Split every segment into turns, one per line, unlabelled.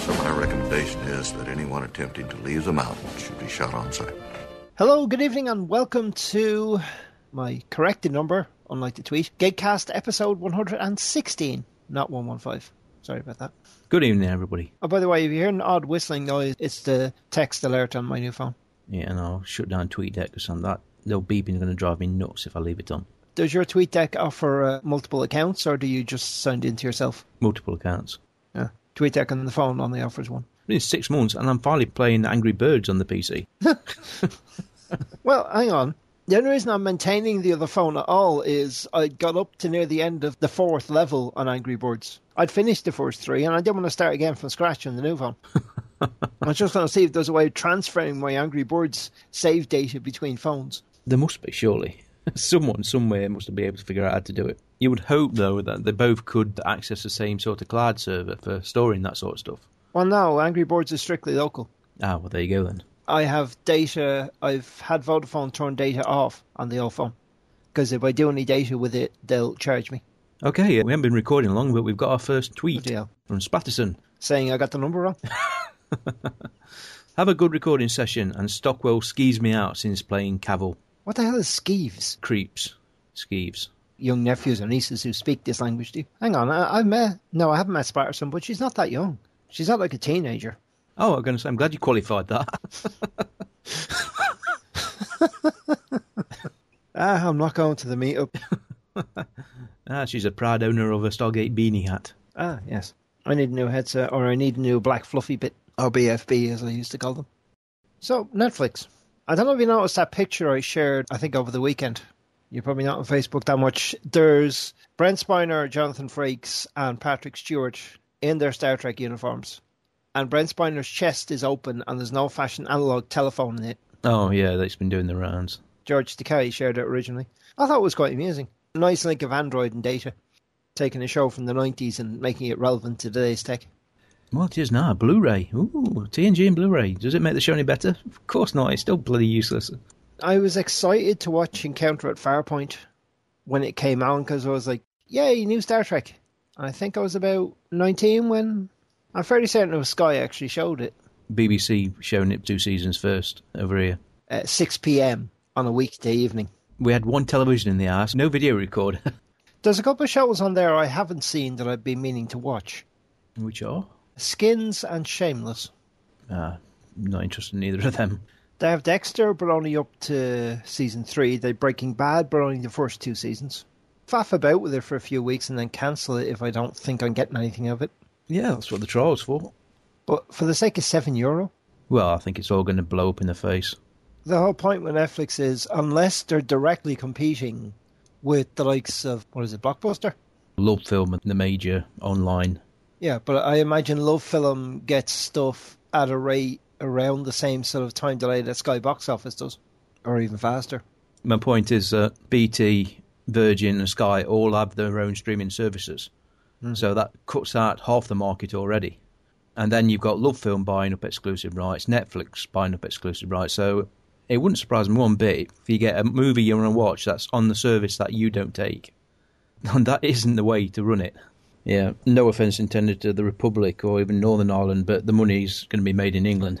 so my recommendation is that anyone attempting to leave the mountain should be shot on sight.
Hello, good evening, and welcome to my corrected number, unlike the tweet, Gatecast episode 116, not 115. Sorry about that.
Good evening, everybody.
Oh, by the way, if you hear an odd whistling noise, it's the text alert on my new phone.
Yeah, and I'll shut down TweetDeck because on that little beeping's going to drive me nuts if I leave it on.
Does your tweet deck offer uh, multiple accounts, or do you just sign into yourself?
Multiple accounts.
Yeah. Tweet deck on the phone only offers one.
It's been six months, and I'm finally playing Angry Birds on the PC.
Well, hang on. The only reason I'm maintaining the other phone at all is I got up to near the end of the fourth level on Angry Birds. I'd finished the first three, and I didn't want to start again from scratch on the new phone. I was just going to see if there's a way of transferring my Angry Birds save data between phones.
there must be, surely. Someone somewhere must be able to figure out how to do it. You would hope, though, that they both could access the same sort of cloud server for storing that sort of stuff.
Well, no, Angry Birds is strictly local.
Ah, well, there you go then.
I have data. I've had Vodafone turn data off on the old phone because if I do any data with it, they'll charge me.
Okay, we haven't been recording long, but we've got our first tweet
Bloody hell.
from Spatterson.
Saying I got the number wrong.
Have a good recording session, and Stockwell skis me out since playing Cavil.
what the hell is skeeves?
Creeps. Skeeves.
Young nephews or nieces who speak this language do. you? Hang on, I, I met. No, I haven't met Sparterson, but she's not that young. She's not like a teenager.
Oh, I'm going to say, I'm glad you qualified that.
Ah, I'm not going to the meetup.
Ah, she's a proud owner of a Stargate beanie hat.
ah, yes. I need a new headset, or I need a new black fluffy bit, or BFB as I used to call them. So, Netflix. I don't know if you noticed that picture I shared, I think, over the weekend. You're probably not on Facebook that much. There's Brent Spiner, Jonathan Frakes, and Patrick Stewart in their Star Trek uniforms. And Brent Spiner's chest is open, and there's no fashion analog telephone in it.
Oh, yeah, that's been doing the rounds.
George Takei shared it originally. I thought it was quite amusing. A nice link of Android and data, taking a show from the 90s and making it relevant to today's tech.
Well, it is now. Blu ray. Ooh, TNG and Blu ray. Does it make the show any better? Of course not. It's still bloody useless.
I was excited to watch Encounter at Farpoint when it came on because I was like, yay, new Star Trek. And I think I was about 19 when. I'm fairly certain it was Sky actually showed it
BBC showing it two seasons first over here.
at 6 pm Um, on a weekday evening.
We had one television in the house, no video recorder.
There's a couple of shows on there I haven't seen that I've been meaning to watch
Which are?
Skins and Shameless.
Ah, not interested in either of them.
They have Dexter, but only up to season three. They're Breaking Bad, but only the first two seasons. Faff about with it for a few weeks and then cancel it if I don't think I'm getting anything of it.
Yeah, that's what the trial's for.
But for the sake of seven euro,
Well, I think it's all going to blow up in the face.
the whole point with Netflix is unless they're directly competing with the likes of what is it, Blockbuster?
Love film and the major online.
Yeah, but I imagine Love Film gets stuff at a rate around the same sort of time delay that Sky Box Office does, or even faster.
My point is that BT, Virgin, and Sky all have their own streaming services. So that cuts out half the market already. And then you've got Lovefilm buying up exclusive rights, Netflix buying up exclusive rights. So it wouldn't surprise me one bit if you get a movie you want to watch that's on the service that you don't take. And that isn't the way to run it. Yeah, no offence intended to the Republic or even Northern Ireland, but the money's going to be made in England.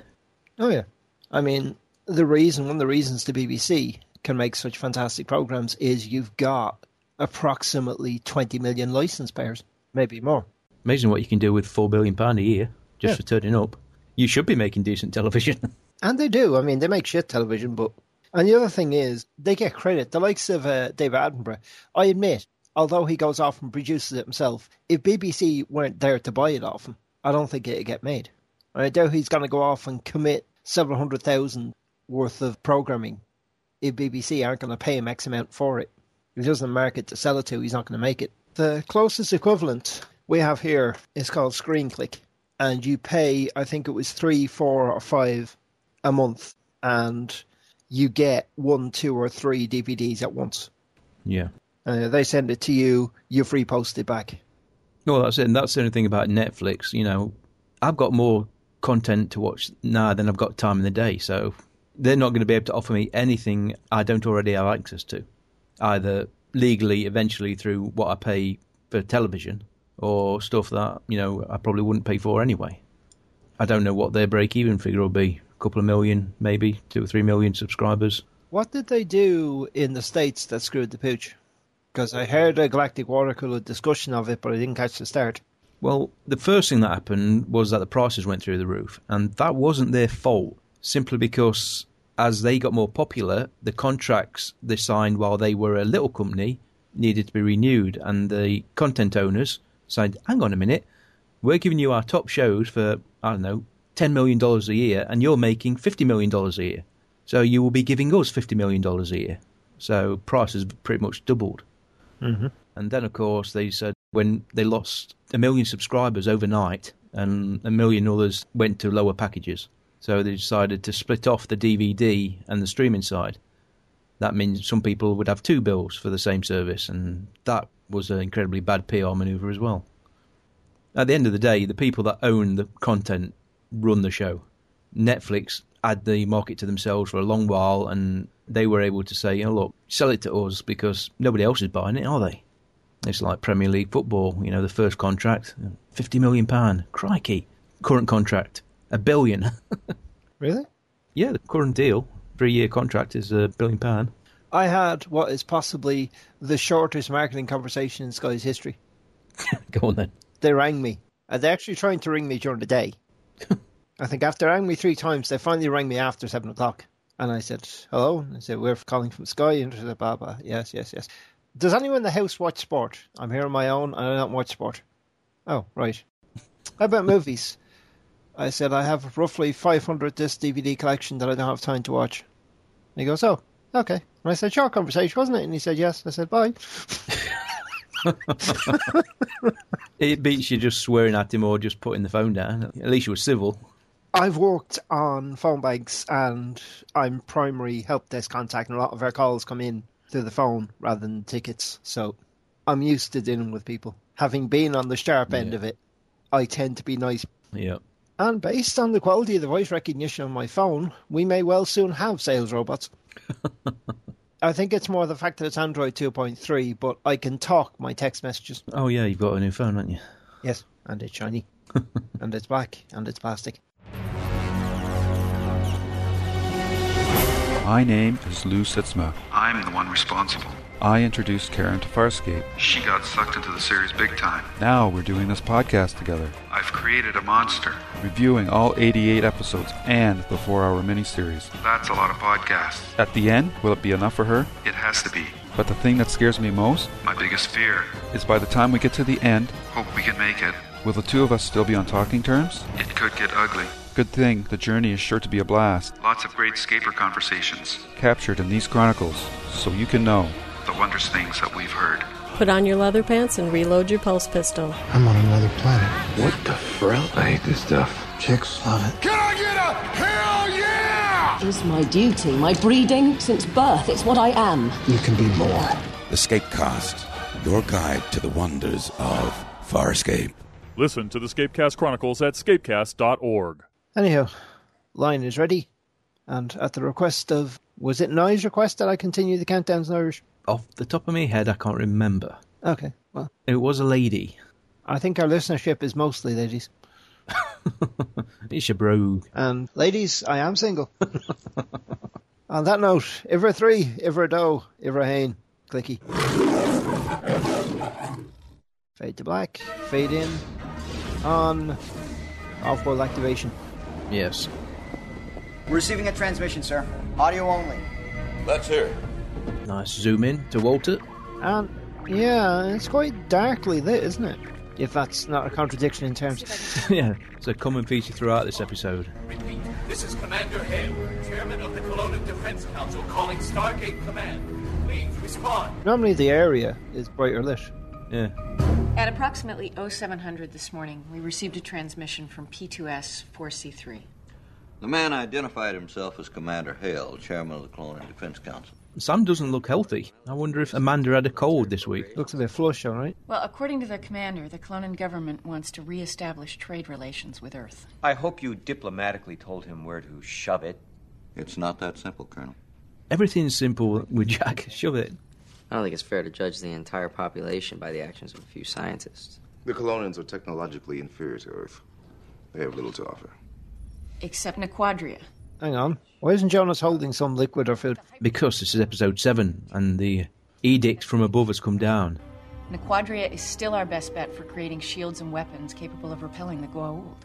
Oh yeah, I mean the reason, one of the reasons the BBC can make such fantastic programs is you've got approximately 20 million license payers, maybe more.
Amazing what you can do with £4 billion a year just
Yeah.
for turning up. You should be making decent television.
And they do. I mean, they make shit television, but. And the other thing is, they get credit. The likes of uh, David Attenborough, I admit, although he goes off and produces it himself, if BBC weren't there to buy it off him, I don't think it'd get made. I doubt he's going to go off and commit several hundred thousand worth of programming if BBC aren't going to pay him X amount for it. If he doesn't market to sell it to, he's not going to make it. The closest equivalent we have here is called Screen Click, and you pay, I think it was three, four, or five a month, and you get one, two, or three DVDs at once.
Yeah.
Uh, they send it to you, you've reposted back.
No, that's it. And that's the only thing about Netflix. You know, I've got more content to watch now than I've got time in the day. So they're not going to be able to offer me anything I don't already have access to, either legally, eventually through what I pay for television, or stuff that, you know, I probably wouldn't pay for anyway. I don't know what their break even figure will be. A couple of million, maybe, two or three million subscribers.
What did they do in the States that screwed the pooch? Because I heard a Galactic Water Cooler discussion of it, but I didn't catch the start.
Well, the first thing that happened was that the prices went through the roof, and that wasn't their fault, simply because as they got more popular, the contracts they signed while they were a little company needed to be renewed, and the content owners said, Hang on a minute, we're giving you our top shows for, I don't know, $10 million a year, and you're making $50 million a year. So you will be giving us $50 million a year. So prices pretty much doubled. And then, of course, they said when they lost a million subscribers overnight and a million others went to lower packages. So they decided to split off the DVD and the streaming side. That means some people would have two bills for the same service, and that was an incredibly bad PR maneuver as well. At the end of the day, the people that own the content run the show. Netflix had the market to themselves for a long while, and they were able to say, "Oh look, sell it to us because nobody else is buying it, are they?" It's like Premier League football. You know, the first contract, fifty million pound. Crikey, current contract, a billion.
Really?
yeah, the current deal, three-year contract is a billion pound.
I had what is possibly the shortest marketing conversation in Sky's history.
Go on then.
They rang me. And they're actually trying to ring me during the day. I think after rang me three times, they finally rang me after seven o'clock. And I said, hello. And I said, we're calling from Sky. And they said, blah, blah. Yes, yes, yes. Does anyone in the house watch sport? I'm here on my own and I don't watch sport. Oh, right. How about movies? I said, I have roughly 500 disc DVD collection that I don't have time to watch. And he goes, oh, okay. And I said, short conversation, wasn't it? And he said, yes. I said, bye.
It beats you just swearing at him or just putting the phone down. At least you were civil.
I've worked on phone banks and I'm primary help desk contact, and a lot of our calls come in through the phone rather than tickets. So I'm used to dealing with people. Having been on the sharp end
Yeah.
of it, I tend to be nice.
Yeah.
And based on the quality of the voice recognition on my phone, we may well soon have sales robots. I think it's more the fact that it's Android 2.3, but I can talk my text messages.
Oh yeah, you've got a new phone, haven't you?
Yes, and it's shiny, and it's black, and it's plastic.
My name is Lou Sitzma.
I'm the one responsible.
I introduced Karen to Farscape.
She got sucked into the series big time.
Now we're doing this podcast together,
I've created a monster.
reviewing all 88 episodes and the 4 hour miniseries.
That's a lot of podcasts.
At the end, will it be enough for her?
It has to be.
But the thing that scares me most
My biggest fear.
is by the time we get to the end,
Hope we can make it.
will the two of us still be on talking terms?
It could get ugly.
Good thing the journey is sure to be a blast,
Lots of great scaper conversations.
captured in these chronicles, so you can know.
The wondrous things that we've heard.
Put on your leather pants and reload your pulse pistol.
I'm on another planet.
What the frill? I hate this stuff.
Chicks love it.
Can I get a hell yeah?
It's my duty, my breeding. Since birth, it's what I am.
You can be more.
Escapecast, your guide to the wonders of Farscape.
Listen to the Scapecast Chronicles at scapecast.org.
Anyhow, line is ready, and at the request of was it Nye's request that I continue the countdowns in Irish?
Off the top of my head, I can't remember.
Okay, well,
It was a lady.
I think our listenership is mostly ladies,
It's your bro.
and ladies, I am single. on that note, Ivra three, Ivra doe, Ivra hain, clicky. Fade to black, fade in, on, off-world activation.
Yes.
Receiving a transmission, sir. Audio only.
Let's hear it.
Nice zoom in to Walter.
And yeah, it's quite darkly lit, isn't it? If that's not a contradiction in terms.
yeah. It's a common feature throughout this episode.
This is Commander Hale, Chairman of the Colonial Defense Council, calling Stargate Command. Please respond.
Normally the area is brighter lit.
Yeah.
At approximately 0700 this morning, we received a transmission from P2S 4C3.
The man identified himself as Commander Hale, chairman of the Colonial Defense Council.
Sam doesn't look healthy. I wonder if Amanda had a cold this week.
Looks a bit flush, all right.
Well, according to the commander, the Clonan government wants to reestablish trade relations with Earth.
I hope you diplomatically told him where to shove it.
It's not that simple, Colonel.
Everything's simple with Jack. Shove it.
I don't think it's fair to judge the entire population by the actions of a few scientists.
The Colonians are technologically inferior to Earth. They have little to offer.
Except Nequadria.
Hang on. Why isn't Jonas holding some liquid or food?
Because this is episode 7 and the edicts from above has come down.
Nequadria is still our best bet for creating shields and weapons capable of repelling the Goa'uld.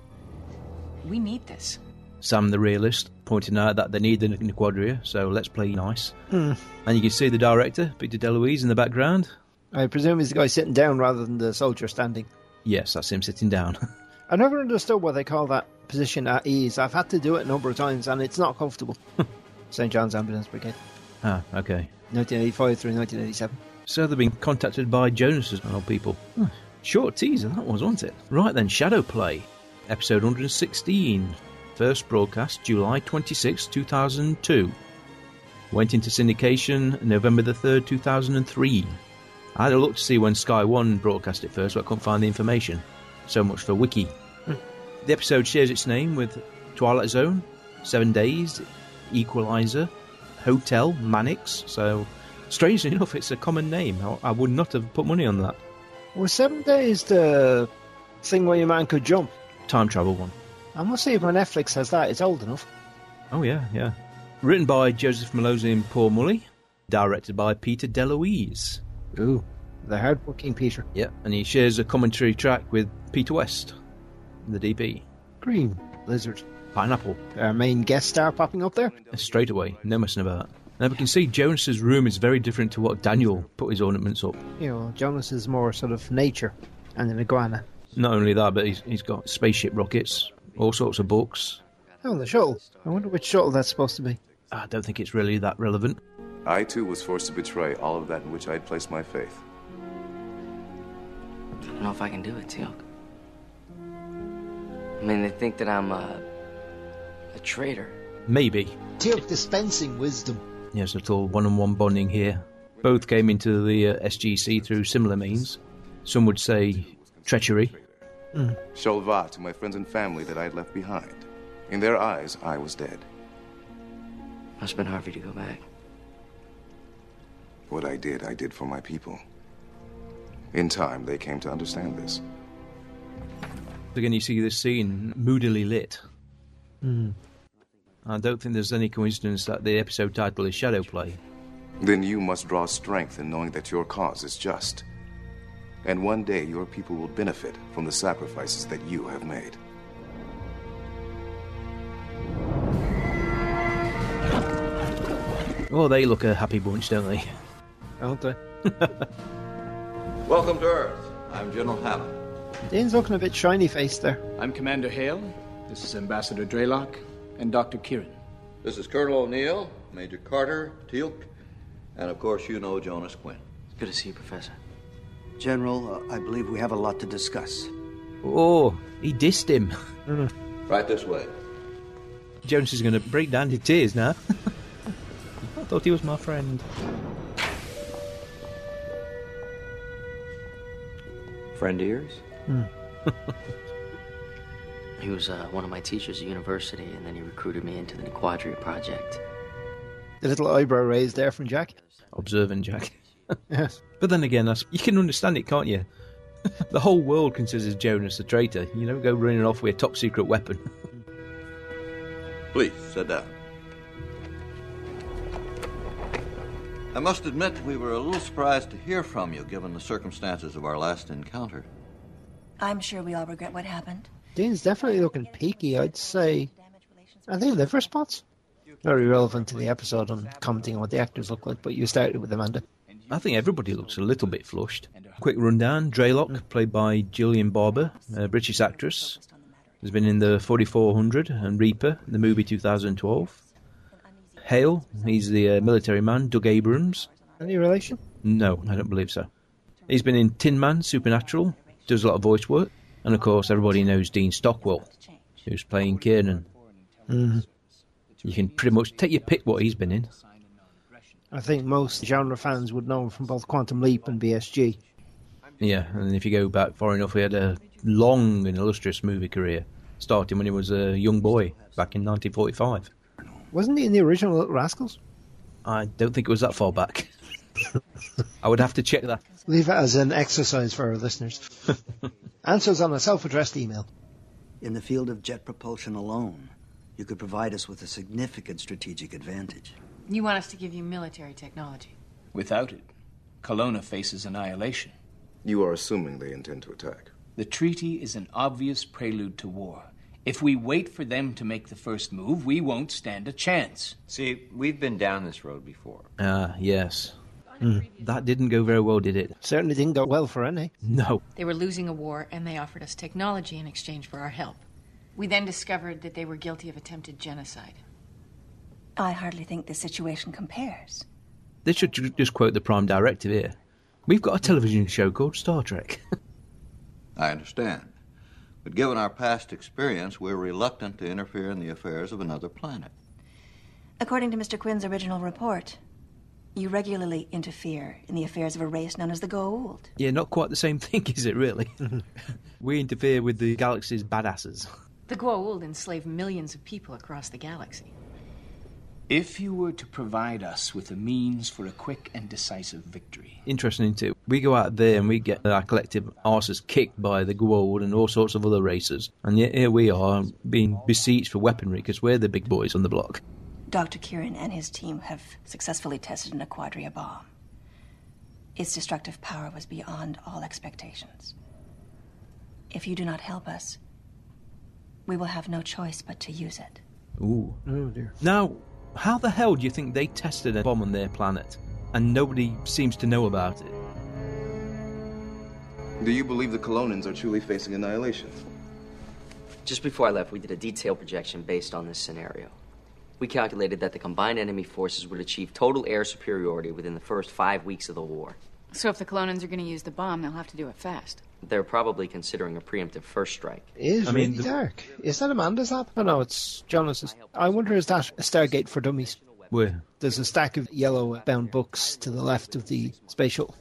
We need this.
Sam the realist pointing out that they need the Nequadria, so let's play nice.
Hmm.
And you can see the director, Peter DeLuise, in the background.
I presume he's the guy sitting down rather than the soldier standing.
Yes, that's him sitting down.
I never understood why they call that position at ease. I've had to do it a number of times and it's not comfortable. St. John's Ambulance Brigade,
ah, okay.
1985 through 1987.
So they've been contacted by Jonas's old people. Hmm. Short teaser, that was, wasn't it? Right then, Shadow Play, episode 116, first broadcast July 26, 2002. Went into syndication November the 3rd, 2003. I had a look to see when Sky One broadcast it first, but I couldn't find the information. So much for Wiki.
Hmm.
The episode shares its name with Twilight Zone, Seven Days, Equalizer, Hotel, Mannix. So, strangely enough, it's a common name. I, I would not have put money on that.
Was Seven Days the thing where your man could jump?
Time travel one.
I must see if my Netflix has that. It's old enough.
Oh, yeah, yeah. Written by Joseph Malozzi and Paul Mully. Directed by Peter DeLuise.
Ooh, the hardworking Peter.
Yeah, and he shares a commentary track with Peter West, the DP.
Green lizard.
Pineapple.
Our main guest star popping up there.
Straight away, no messing about. And we can see Jonas's room is very different to what Daniel put his ornaments up.
You know, Jonas is more sort of nature and an iguana.
Not only that, but he's, he's got spaceship rockets, all sorts of books.
Oh, the shuttle. I wonder which shuttle that's supposed to be.
I don't think it's really that relevant.
I too was forced to betray all of that in which I had placed my faith.
I don't know if I can do it, Teok. I mean, they think that I'm a, a traitor.
Maybe.
Teok dispensing wisdom.
Yes, a little one on one bonding here. Both came into the uh, SGC through similar means. Some would say treachery.
Mm.
Sholva to my friends and family that I had left behind. In their eyes, I was dead.
Must have been hard for you to go back.
What I did, I did for my people. In time, they came to understand this.
Again, you see this scene moodily lit. Hmm.
Mm.
I don't think there's any coincidence that the episode title is Shadow Play.
Then you must draw strength in knowing that your cause is just. And one day, your people will benefit from the sacrifices that you have made.
Well, Oh, they look a happy bunch, don't they?
Aren't they?
Welcome to Earth. I'm General Hammond.
Dane's looking a bit shiny faced there.
I'm Commander Hale. This is Ambassador Draylock and Dr. Kieran.
This is Colonel O'Neill, Major Carter, Teal'c, and of course, you know Jonas Quinn.
It's good to see you, Professor.
General, uh, I believe we have a lot to discuss.
Oh, he dissed him.
Mm.
Right this way.
Jonas is going to break down to tears now. I thought he was my friend.
Friend of yours?
Hmm.
he was uh, one of my teachers at university, and then he recruited me into the Nequadria Project.
The little eyebrow raised there from Jack.
Observant Jack.
yes.
But then again, that's, you can understand it, can't you? the whole world considers Jonas a traitor. You don't go running off with a top secret weapon.
Please, sit down. I must admit we were a little surprised to hear from you given the circumstances of our last encounter.
I'm sure we all regret what happened.
Dean's definitely looking peaky, I'd say. Are they liver spots? Very relevant to the episode on commenting on what the actors look like, but you started with Amanda.
I think everybody looks a little bit flushed. Quick rundown Draylock, mm. played by Gillian Barber, a British actress, has been in the 4400 and Reaper, the movie 2012. Hale. He's the uh, military man, Doug Abrams.
Any relation?
No, I don't believe so. He's been in Tin Man, Supernatural, does a lot of voice work. And of course, everybody knows Dean Stockwell, who's playing Kiernan.
Mhm.
You can pretty much take your pick what he's been in.
I think most genre fans would know him from both Quantum Leap and BSG.
Yeah, and if you go back far enough, he had a long and illustrious movie career, starting when he was a young boy back in 1945.
Wasn't he in the original Little Rascals?
I don't think it was that far back. I would have to check that.
Leave it as an exercise for our listeners. Answers on a self addressed email.
In the field of jet propulsion alone, you could provide us with a significant strategic advantage.
You want us to give you military technology.
Without it, Kelowna faces annihilation.
You are assuming they intend to attack.
The treaty is an obvious prelude to war. If we wait for them to make the first move, we won't stand a chance.
See, we've been down this road before.
Ah, yes. Hmm, That didn't go very well, did it?
Certainly didn't go well for any.
No.
They were losing a war, and they offered us technology in exchange for our help. We then discovered that they were guilty of attempted genocide.
I hardly think this situation compares.
They should ju- just quote the Prime Directive here. We've got a television show called Star Trek.
I understand. But given our past experience, we're reluctant to interfere in the affairs of another planet.
According to Mr. Quinn's original report, you regularly interfere in the affairs of a race known as the Goa'uld.
yeah, not quite the same thing, is it, really?
Mm-hmm.
we interfere with the galaxy's badasses.
The Goa'uld enslaved millions of people across the galaxy.
If you were to provide us with the means for a quick and decisive victory,
Interesting, too. We go out there and we get our collective arses kicked by the Gwold and all sorts of other races. And yet here we are being besieged for weaponry because we're the big boys on the block.
Dr. Kieran and his team have successfully tested an Aquadria bomb. Its destructive power was beyond all expectations. If you do not help us, we will have no choice but to use it.
Ooh.
Oh, dear.
Now, how the hell do you think they tested a bomb on their planet and nobody seems to know about it?
Do you believe the Colonians are truly facing annihilation?
Just before I left, we did a detailed projection based on this scenario. We calculated that the combined enemy forces would achieve total air superiority within the first five weeks of the war.
So if the Colonians are going to use the bomb, they'll have to do it fast.
They're probably considering a preemptive first strike.
It is
I mean,
really
the-
dark. Is that Amanda's app? Oh, no, it's Jonas's. I wonder is that a Stargate for Dummies?
Where?
There's a stack of yellow bound books to the left of the space shuttle.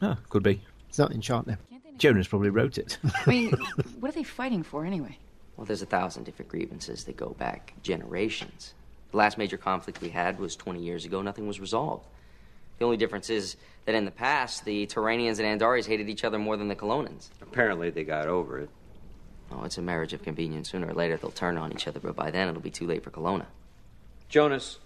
Ah, could be.
It's not in shot now.
Jonas probably wrote it.
I mean, what are they fighting for anyway?
Well, there's a thousand different grievances that go back generations. The last major conflict we had was 20 years ago. Nothing was resolved. The only difference is that in the past, the Turanians and Andaris hated each other more than the Colonians.
Apparently, they got over it.
Oh, it's a marriage of convenience. Sooner or later, they'll turn on each other, but by then, it'll be too late for Kelowna.
Jonas,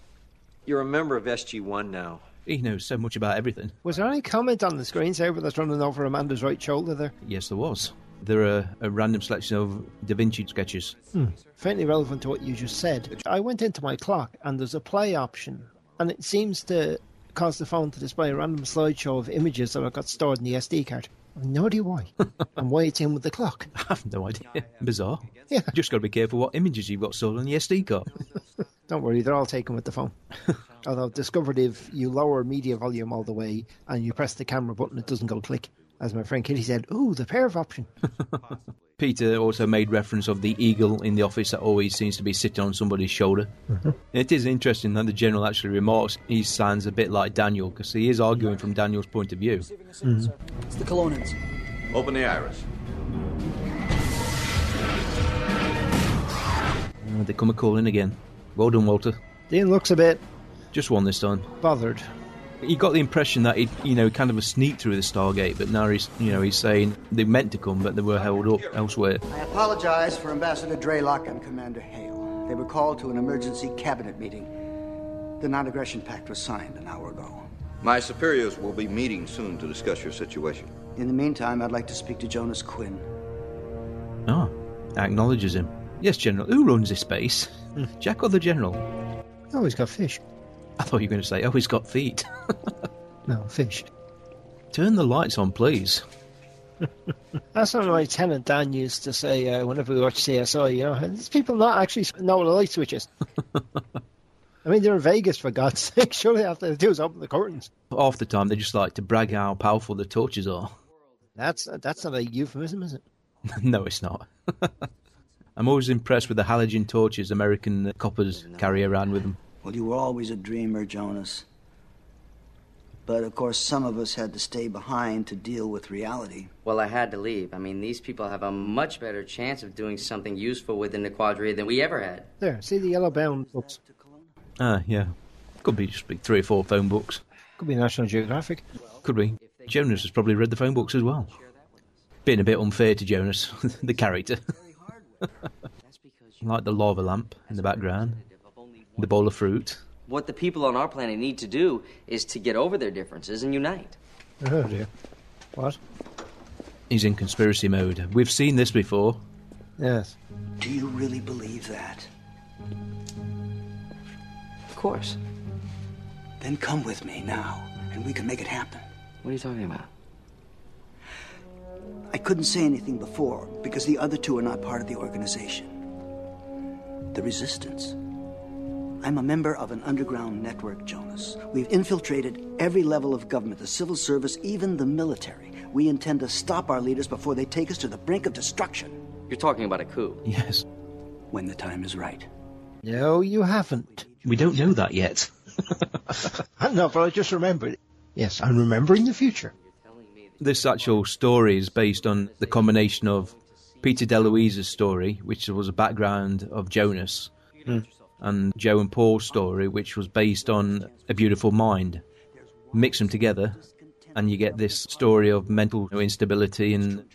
you're a member of SG1 now.
he knows so much about everything.
Was there any comment on the screensaver that's running over Amanda's right shoulder there?
Yes, there was. There are a random selection of Da Vinci sketches.
Hmm. Faintly relevant to what you just said. I went into my clock and there's a play option, and it seems to cause the phone to display a random slideshow of images that I've got stored in the SD card. I have no idea why, and why it's in with the clock.
I have no idea. Bizarre.
Yeah.
Just got to be careful what images you've got stored on the SD card.
Don't worry, they're all taken with the phone. Although I've discovered if you lower media volume all the way and you press the camera button, it doesn't go click. As my friend Kitty said, ooh, the pair of option.
Peter also made reference of the eagle in the office that always seems to be sitting on somebody's shoulder. It is interesting that the general actually remarks he sounds a bit like Daniel because he is arguing from Daniel's point of view.
Mm-hmm.
It's the Colonians.
Open the iris.
Uh, they come a calling again. Well done, Walter.
Dean looks a bit
Just one this time.
bothered.
You got the impression that he, you know, kind of a sneak through the Stargate, but now he's, you know, he's saying they meant to come, but they were held up elsewhere.
I apologize for Ambassador Draylock and Commander Hale. They were called to an emergency cabinet meeting. The non aggression pact was signed an hour ago.
My superiors will be meeting soon to discuss your situation.
In the meantime, I'd like to speak to Jonas Quinn.
Ah, acknowledges him. Yes, General. Who runs this space? Jack or the General?
Hmm. Oh, he's got fish.
I thought you were going to say, oh, he's got feet.
No, fish.
Turn the lights on, please.
That's what my tenant Dan used to say uh, whenever we watch CSI. You know, these people not actually know what a light switch is. I mean, they're in Vegas for God's sake. Surely after they do is open the curtains.
Half the time, they just like to brag how powerful the torches are.
That's that's not a euphemism, is it?
no, it's not. I'm always impressed with the halogen torches American coppers carry around with them.
Well, you were always a dreamer, Jonas. But of course, some of us had to stay behind to deal with reality.
Well, I had to leave. I mean, these people have a much better chance of doing something useful within the Quadria than we ever had.
There, see the yellow bound books.
Ah, yeah. Could be just be three or four phone books.
Could be National Geographic.
Could be. Jonas has probably read the phone books as well. Being a bit unfair to Jonas, the character. like the lava lamp in the background, the bowl of fruit.
What the people on our planet need to do is to get over their differences and unite.
Oh dear. What?
He's in conspiracy mode. We've seen this before.
Yes.
Do you really believe that?
Of course.
Then come with me now, and we can make it happen.
What are you talking about?
I couldn't say anything before because the other two are not part of the organization. The resistance. I'm a member of an underground network, Jonas. We've infiltrated every level of government, the civil service, even the military. We intend to stop our leaders before they take us to the brink of destruction.
You're talking about a coup.
Yes.
When the time is right.
No, you haven't.
We don't know that yet.
no, but I just remembered. Yes, I'm remembering the future.
This actual story is based on the combination of Peter DeLuise's story, which was a background of Jonas,
mm.
and Joe and Paul's story, which was based on A Beautiful Mind. Mix them together, and you get this story of mental instability and,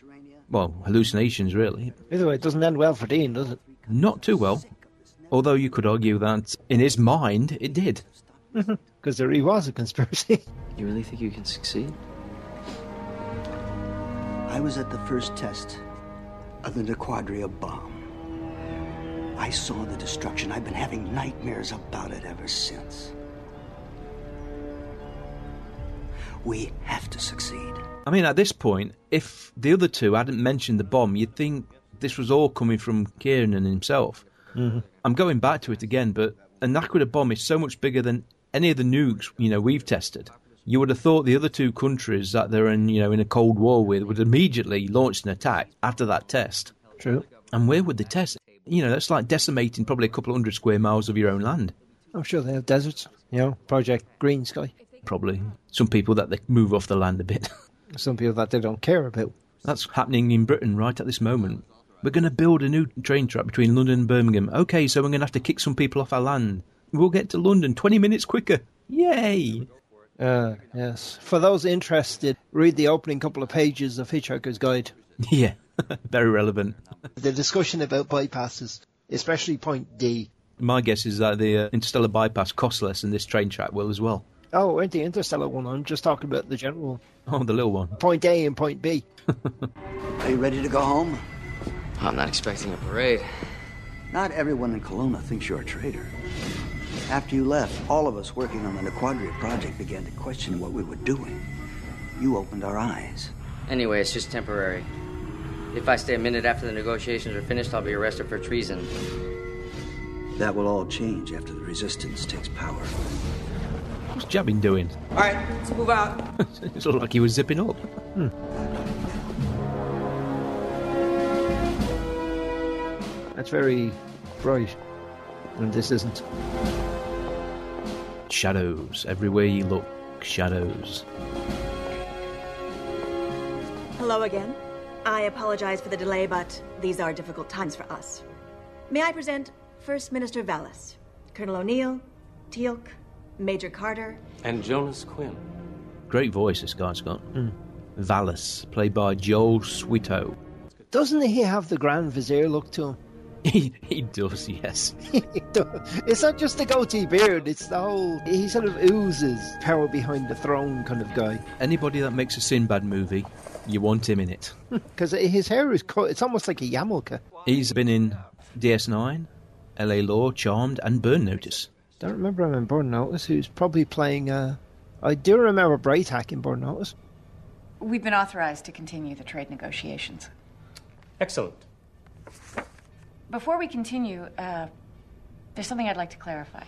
well, hallucinations, really.
Either way, it doesn't end well for Dean, does it?
Not too well. Although you could argue that in his mind, it did.
Because there really was a conspiracy.
You really think you can succeed?
I was at the first test of the Nequadria bomb. I saw the destruction. I've been having nightmares about it ever since. We have to succeed.
I mean, at this point, if the other two hadn't mentioned the bomb, you'd think this was all coming from Kieran himself.
Mm-hmm.
I'm going back to it again, but a Nakuda bomb is so much bigger than any of the nukes you know we've tested. You would have thought the other two countries that they're in, you know, in a cold war with would immediately launch an attack after that test.
True.
And where would they test? You know, that's like decimating probably a couple of hundred square miles of your own land.
I'm sure they have deserts. You know, Project Green Sky.
Probably some people that they move off the land a bit.
some people that they don't care about.
That's happening in Britain right at this moment. We're going to build a new train track between London and Birmingham. Okay, so we're going to have to kick some people off our land. We'll get to London 20 minutes quicker. Yay!
Uh, yes. For those interested, read the opening couple of pages of Hitchhiker's Guide.
Yeah, very relevant.
The discussion about bypasses, especially point D.
My guess is that the uh, interstellar bypass costs less than this train track will as well.
Oh, ain't the interstellar one? I'm just talking about the general.
Oh, the little one.
Point A and point B.
Are you ready to go home?
I'm not expecting a parade.
Not everyone in Kelowna thinks you're a traitor. After you left, all of us working on the Nequadria project began to question what we were doing. You opened our eyes.
Anyway, it's just temporary. If I stay a minute after the negotiations are finished, I'll be arrested for treason.
That will all change after the resistance takes power.
What's Jabin doing?
All right, let's move out.
it's all like he was zipping up.
Hmm. That's very bright. And this isn't.
Shadows. Everywhere you look, shadows.
Hello again. I apologize for the delay, but these are difficult times for us. May I present First Minister Vallis, Colonel O'Neill, Teal'c, Major Carter,
and Jonas Quinn.
Great voice, this guy's got.
Mm.
Vallis, played by Joel Sweeto.
Doesn't he have the Grand Vizier look to him?
He, he does, yes.
it's not just the goatee beard, it's the whole. He sort of oozes power behind the throne kind of guy.
Anybody that makes a Sinbad movie, you want him in it.
Because his hair is cut, it's almost like a yarmulke.
He's been in DS9, LA Law, Charmed, and Burn Notice.
Don't remember him in Burn Notice, who's probably playing. Uh, I do remember Braytac in Burn Notice.
We've been authorized to continue the trade negotiations.
Excellent.
Before we continue, uh, there's something I'd like to clarify.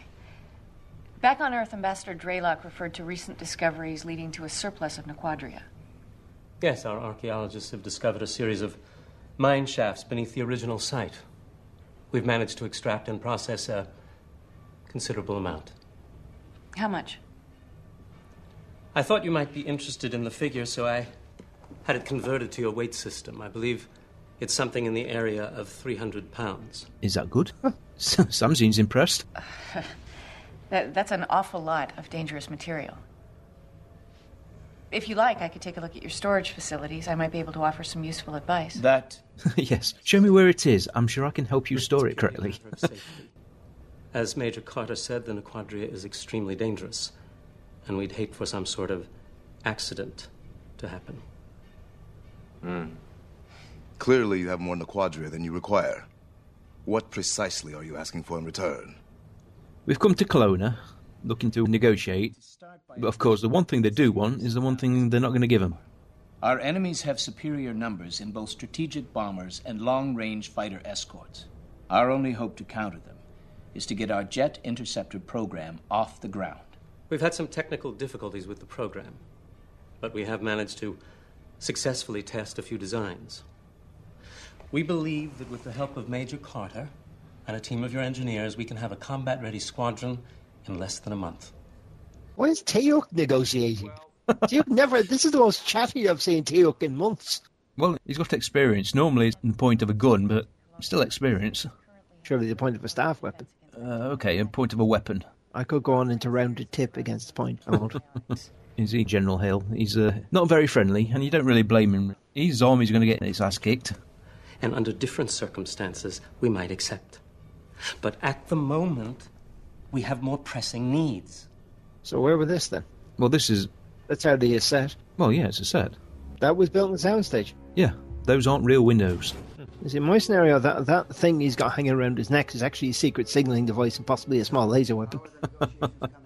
Back on Earth, Ambassador Draylock referred to recent discoveries leading to a surplus of Nequadria.
Yes, our archaeologists have discovered a series of mine shafts beneath the original site. We've managed to extract and process a considerable amount.
How much?
I thought you might be interested in the figure, so I had it converted to your weight system. I believe it's something in the area of 300 pounds.
Is that good? Sam seems impressed.
That, that's an awful lot of dangerous material. If you like, I could take a look at your storage facilities. I might be able to offer some useful advice.
That.
yes, show me where it is. I'm sure I can help you store it correctly.
As Major Carter said, the Nequadria is extremely dangerous, and we'd hate for some sort of accident to happen.
Hmm. Clearly, you have more Nequadria than you require. What precisely are you asking for in return?
We've come to Kelowna, looking to negotiate. But of course, the one thing they do want is the one thing they're not going to give them.
Our enemies have superior numbers in both strategic bombers and long range fighter escorts. Our only hope to counter them is to get our jet interceptor program off the ground.
We've had some technical difficulties with the program, but we have managed to successfully test a few designs. We believe that with the help of Major Carter and a team of your engineers, we can have a combat ready squadron in less than a month.
Why is Teok negotiating? Teok never. This is the most chatty I've seen Teok in months.
Well, he's got experience. Normally, it's the point of a gun, but still experience.
Surely the point of a staff weapon.
Uh, okay, a point of a weapon.
I could go on into rounded tip against the point. I won't.
is he General Hill? He's uh, not very friendly, and you don't really blame him. His army's going to get his ass kicked.
And under different circumstances, we might accept. But at the moment, we have more pressing needs.
So where were this then?
Well, this is.
That's how they set.
Well, yeah, it's a set.
That was built in the soundstage.
Yeah, those aren't real windows.
See, in my scenario, that that thing he's got hanging around his neck is actually a secret signaling device and possibly a small laser weapon.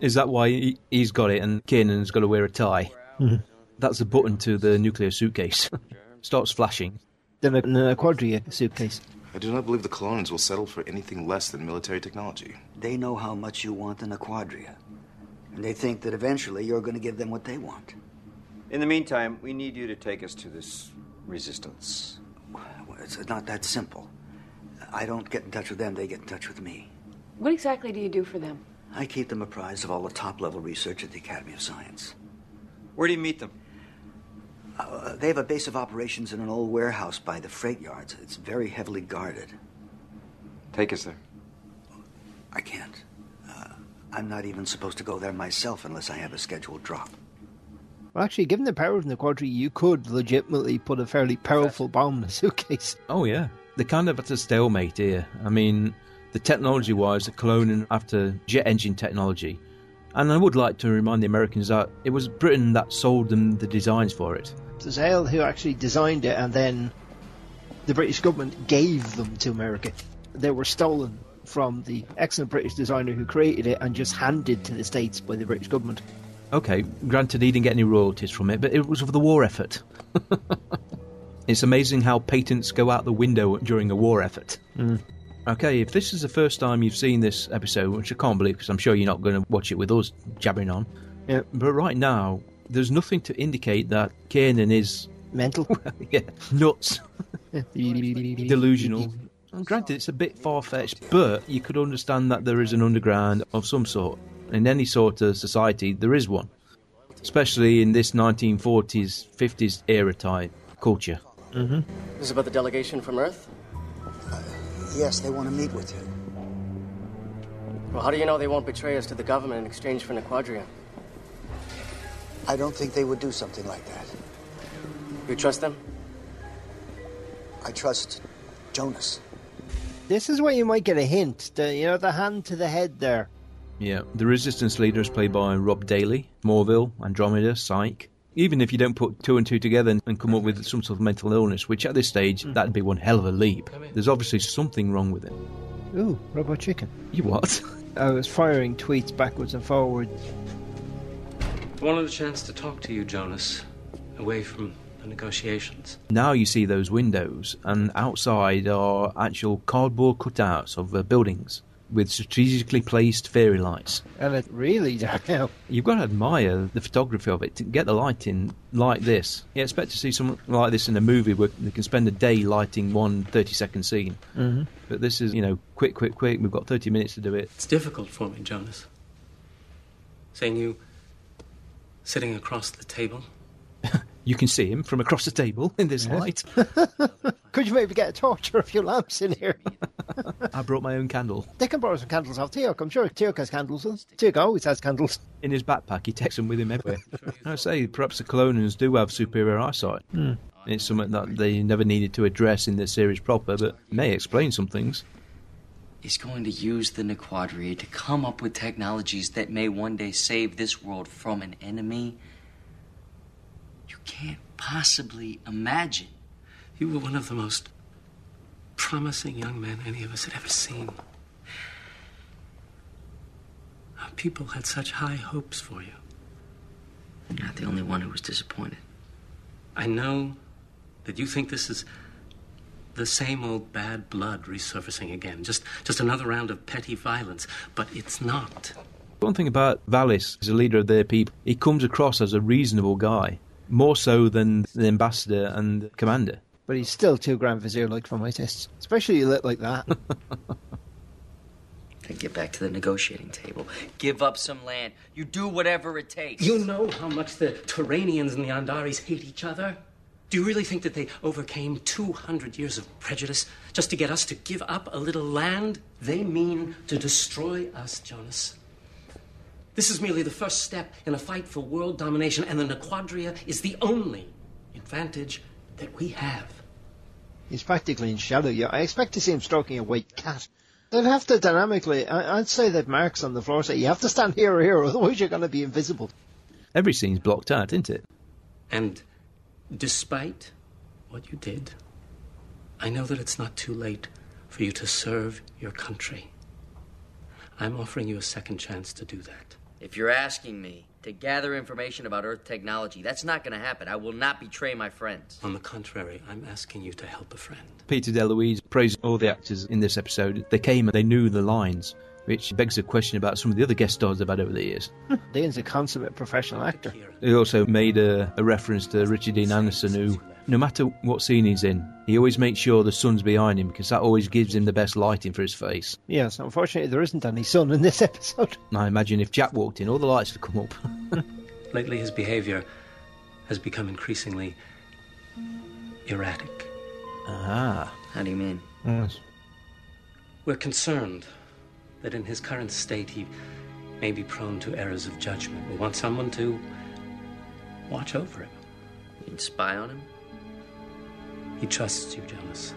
is that why he, has got it and Kanan's got to wear a tie?
Mm-hmm.
That's the button to the nuclear suitcase. Starts flashing.
Then a, a quadria suitcase.
I do not believe the Colonians will settle for anything less than military technology.
They know how much you want in a quadria. And they think that eventually you're going to give them what they want.
In the meantime, we need you to take us to this resistance.
Well, it's not that simple. I don't get in touch with them, they get in touch with me.
What exactly do you do for them?
I keep them apprised of all the top level research at the Academy of Science.
Where do you meet them?
Uh, they have a base of operations in an old warehouse by the freight yards. It's very heavily guarded.
Take us there.
I can't. Uh, I'm not even supposed to go there myself unless I have a scheduled drop.
Well, actually, given the power of the quadri, you could legitimately put a fairly powerful bomb in a suitcase.
Oh, yeah. They're kind of at a stalemate here. I mean, the technology wise, they're cloning after jet engine technology. And I would like to remind the Americans that it was Britain that sold them the designs for it.
It was Hale who actually designed it, and then the British government gave them to America. They were stolen from the excellent British designer who created it and just handed to the States by the British government.
Okay, granted he didn't get any royalties from it, but it was for the war effort. it's amazing how patents go out the window during a war effort.
Mm.
Okay, if this is the first time you've seen this episode, which I can't believe because I'm sure you're not going to watch it with us jabbering on.
Yeah.
But right now, there's nothing to indicate that Kanan is
mental.
yeah, nuts, delusional. And granted, it's a bit far fetched, but you could understand that there is an underground of some sort. In any sort of society, there is one, especially in this 1940s, 50s era type culture.
Mm-hmm.
This is about the delegation from Earth.
Uh, Yes, they want to meet with you.
Well, how do you know they won't betray us to the government in exchange for Nequadria?
I don't think they would do something like that.
You trust them?
I trust Jonas.
This is where you might get a hint. The, you know, the hand to the head there.
Yeah, the resistance leader is played by Rob Daly, Morville, Andromeda, Psyche. Even if you don't put two and two together and come up with some sort of mental illness, which at this stage, mm. that'd be one hell of a leap. There's obviously something wrong with it.
Ooh, robot chicken.
You what?
I was firing tweets backwards and forwards.
I wanted a chance to talk to you, Jonas, away from the negotiations.
Now you see those windows, and outside are actual cardboard cutouts of uh, buildings. with strategically placed fairy lights.
And it really dark now.
You've got to admire the photography of it to get the lighting like this. You expect to see something like this in a movie where they can spend a day lighting one 30 second scene.
Mm-hmm.
But this is, you know, quick, quick, quick. We've got 30 minutes to do it.
It's difficult for me, Jonas. Seeing you sitting across the table.
You can see him from across the table in this light.
Could you maybe get a torch or a few lamps in here?
I brought my own candle.
They can borrow some candles off Teok, I'm sure. Teok has candles. Teok always has candles.
In his backpack, he takes them with him everywhere. I say, perhaps the Colonians do have superior eyesight.
Hmm.
It's something that they never needed to address in the series proper, but may explain some things.
Is going to use the Nequadria to come up with technologies that may one day save this world from an enemy you can't possibly imagine.
You were one of the most promising young men any of us had ever seen. Our people had such high hopes for you.
You're not the only one who was disappointed.
I know that you think this is the same old bad blood resurfacing again, just, just another round of petty violence, but it's not.
One thing about Valis as a leader of their people, he comes across as a reasonable guy, more so than the ambassador and commander.
But he's still too Grand Vizier like for my tastes, especially lit like that.
Then get back to the negotiating table. Give up some land. You do whatever it takes.
You know how much the Turanians and the Andaris hate each other? Do you really think that they overcame 200 years of prejudice just to get us to give up a little land? They mean to destroy us, Jonas. This is merely the first step in a fight for world domination, and the Nequadria is the only advantage that we have.
He's practically in shadow. Yeah, I expect to see him stroking a white cat. They'd have to dynamically. I, I'd say that marks on the floor say you have to stand here or here, otherwise you're going to be invisible.
Every scene's blocked out, isn't it?
And despite what you did, I know that it's not too late for you to serve your country. I'm offering you a second chance to do that.
If you're asking me to gather information about Earth technology, that's not going to happen. I will not betray my friends.
On the contrary, I'm asking you to help a friend.
Peter DeLuise praised all the actors in this episode. They came and they knew the lines, which begs a question about some of the other guest stars they've had over the years.
Dane's a consummate professional actor.
He also made a, a reference to Richard Dean Anderson, who, no matter what scene he's in, he always makes sure the sun's behind him because that always gives him the best lighting for his face.
Yes, unfortunately, there isn't any sun in this episode.
And I imagine if Jack walked in, all the lights would come up.
Lately, his behavior has become increasingly erratic.
Ah.
How do you mean?
Yes.
We're concerned that in his current state, he may be prone to errors of judgment. We want someone to watch over him.
You can spy on him?
He trusts you, Jonas.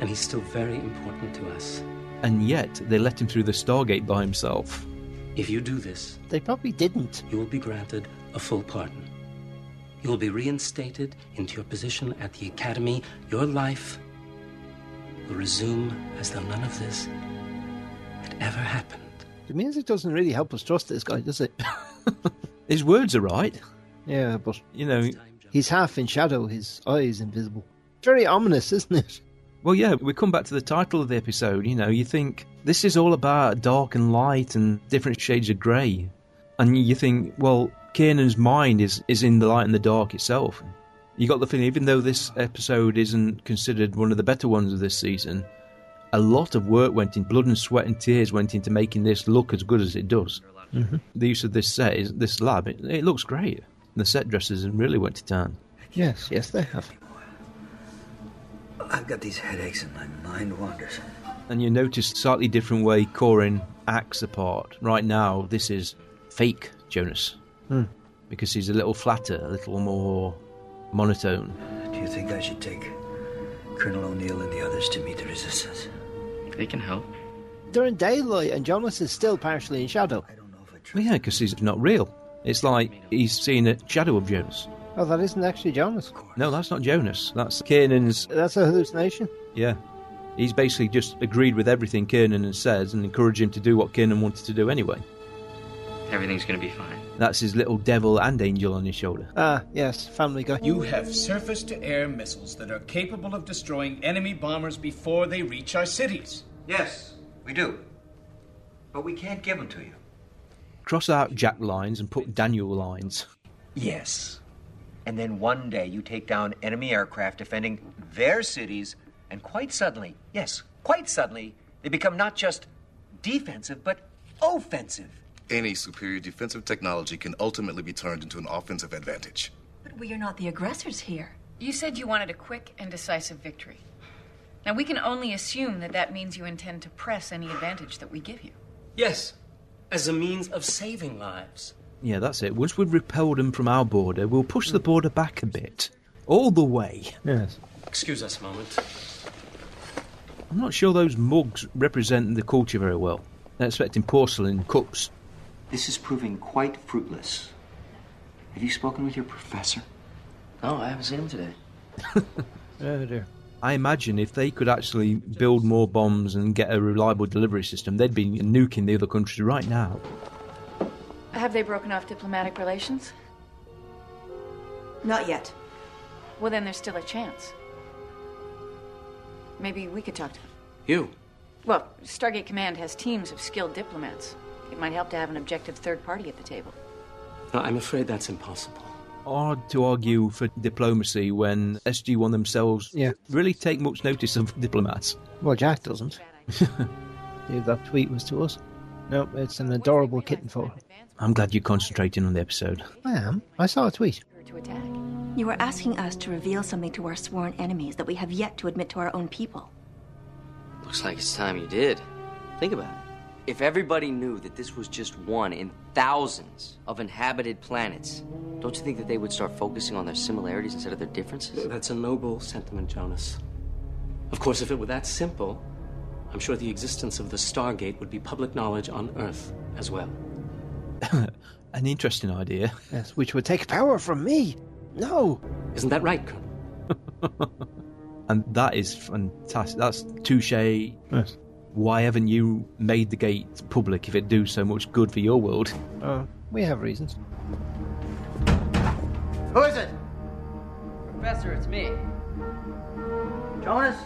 And he's still very important to us.
And yet, they let him through the Stargate by himself.
If you do this,
They probably didn't.
you will be granted a full pardon. You will be reinstated into your position at the Academy. Your life will resume as though none of this had ever happened.
It means it doesn't really help us trust this guy, does it?
His words are right.
yeah, but
You know,
he's half in shadow, his eye is invisible. Very ominous, isn't it?
well, yeah, we come back to the title of the episode. You know, you think this is all about dark and light and different shades of grey. And you think, well, Kiernan's mind is, is in the light and the dark itself. You got the feeling, even though this episode isn't considered one of the better ones of this season, a lot of work went in, blood and sweat and tears went into making this look as good as it does.
Mm-hmm.
The use of this set, is, this lab, it, it looks great. The set dressers really went to town.
Yes, yes, they have.
I've got these headaches and my mind wanders.
and you notice slightly different way Corin acts apart. Right now, this is fake Jonas
Hmm.
because he's a little flatter, a little more monotone.
Do you think I should take Colonel O'Neill and the others to meet the resistance?
They can help.
They're in daylight, and Jonas is still partially in shadow.
Well, yeah, because he's not real. It's like he's seen a shadow of Jonas.
Oh, that isn't actually Jonas.
No, that's not Jonas. That's Kiernan's.
That's a hallucination.
Yeah. He's basically just agreed with everything Kiernan says and encouraged him to do what Kiernan wanted to do anyway.
Everything's going to be fine.
That's his little devil and angel on his shoulder.
Ah, yes, Family Guy.
You have surface to air missiles that are capable of destroying enemy bombers before they reach our cities.
Yes, We do. But we can't give them to you.
Cross out Jack lines and put Daniel lines.
Yes. And then one day you take down enemy aircraft defending their cities, and quite suddenly, yes, quite suddenly, they become not just defensive, but offensive.
Any superior defensive technology can ultimately be turned into an offensive advantage.
But we are not the aggressors here.
You said you wanted a quick and decisive victory. Now, we can only assume that that means you intend to press any advantage that we give you.
Yes, as a means of saving lives.
Yeah, that's it. Once we've repelled them from our border, we'll push the border back a bit. All the way.
Yes.
Excuse us a moment.
I'm not sure those mugs represent the culture very well. They're expecting porcelain cups.
This is proving quite fruitless. Have you spoken with your professor?
No, I haven't seen him today.
Oh dear. I imagine if they could actually build more bombs and get a reliable delivery system, they'd be nuking the other countries right now.
Have they broken off diplomatic relations?
Not yet.
Well, then there's still a chance. Maybe we could talk to them.
You.
Well, Stargate Command has teams of skilled diplomats. It might help to have an objective third party at the table.
No, I'm afraid that's impossible.
Hard to argue for diplomacy when SG1 themselves
Yeah.
really take much notice of diplomats.
Well, Jack doesn't. Dude, that tweet was to us. No, it's an adorable kitten photo.
I'm glad you're concentrating on the episode.
I am. I saw a tweet.
You are asking us to reveal something to our sworn enemies that we have yet to admit to our own people.
Looks like it's time you did. Think about it. If everybody knew that this was just one in thousands of inhabited planets, don't you think that they would start focusing on their similarities instead of their differences?
That's a noble sentiment, Jonas. Of course, if it were that simple, I'm sure the existence of the Stargate would be public knowledge on Earth as well.
An interesting idea.
Yes, which would take power from me. No.
Isn't that right, Colonel?
And that is fantastic. That's touche. Why haven't you made the gate public if it do so much good for your world?
Uh, we have reasons.
Who is it?
Professor, it's me.
Jonas?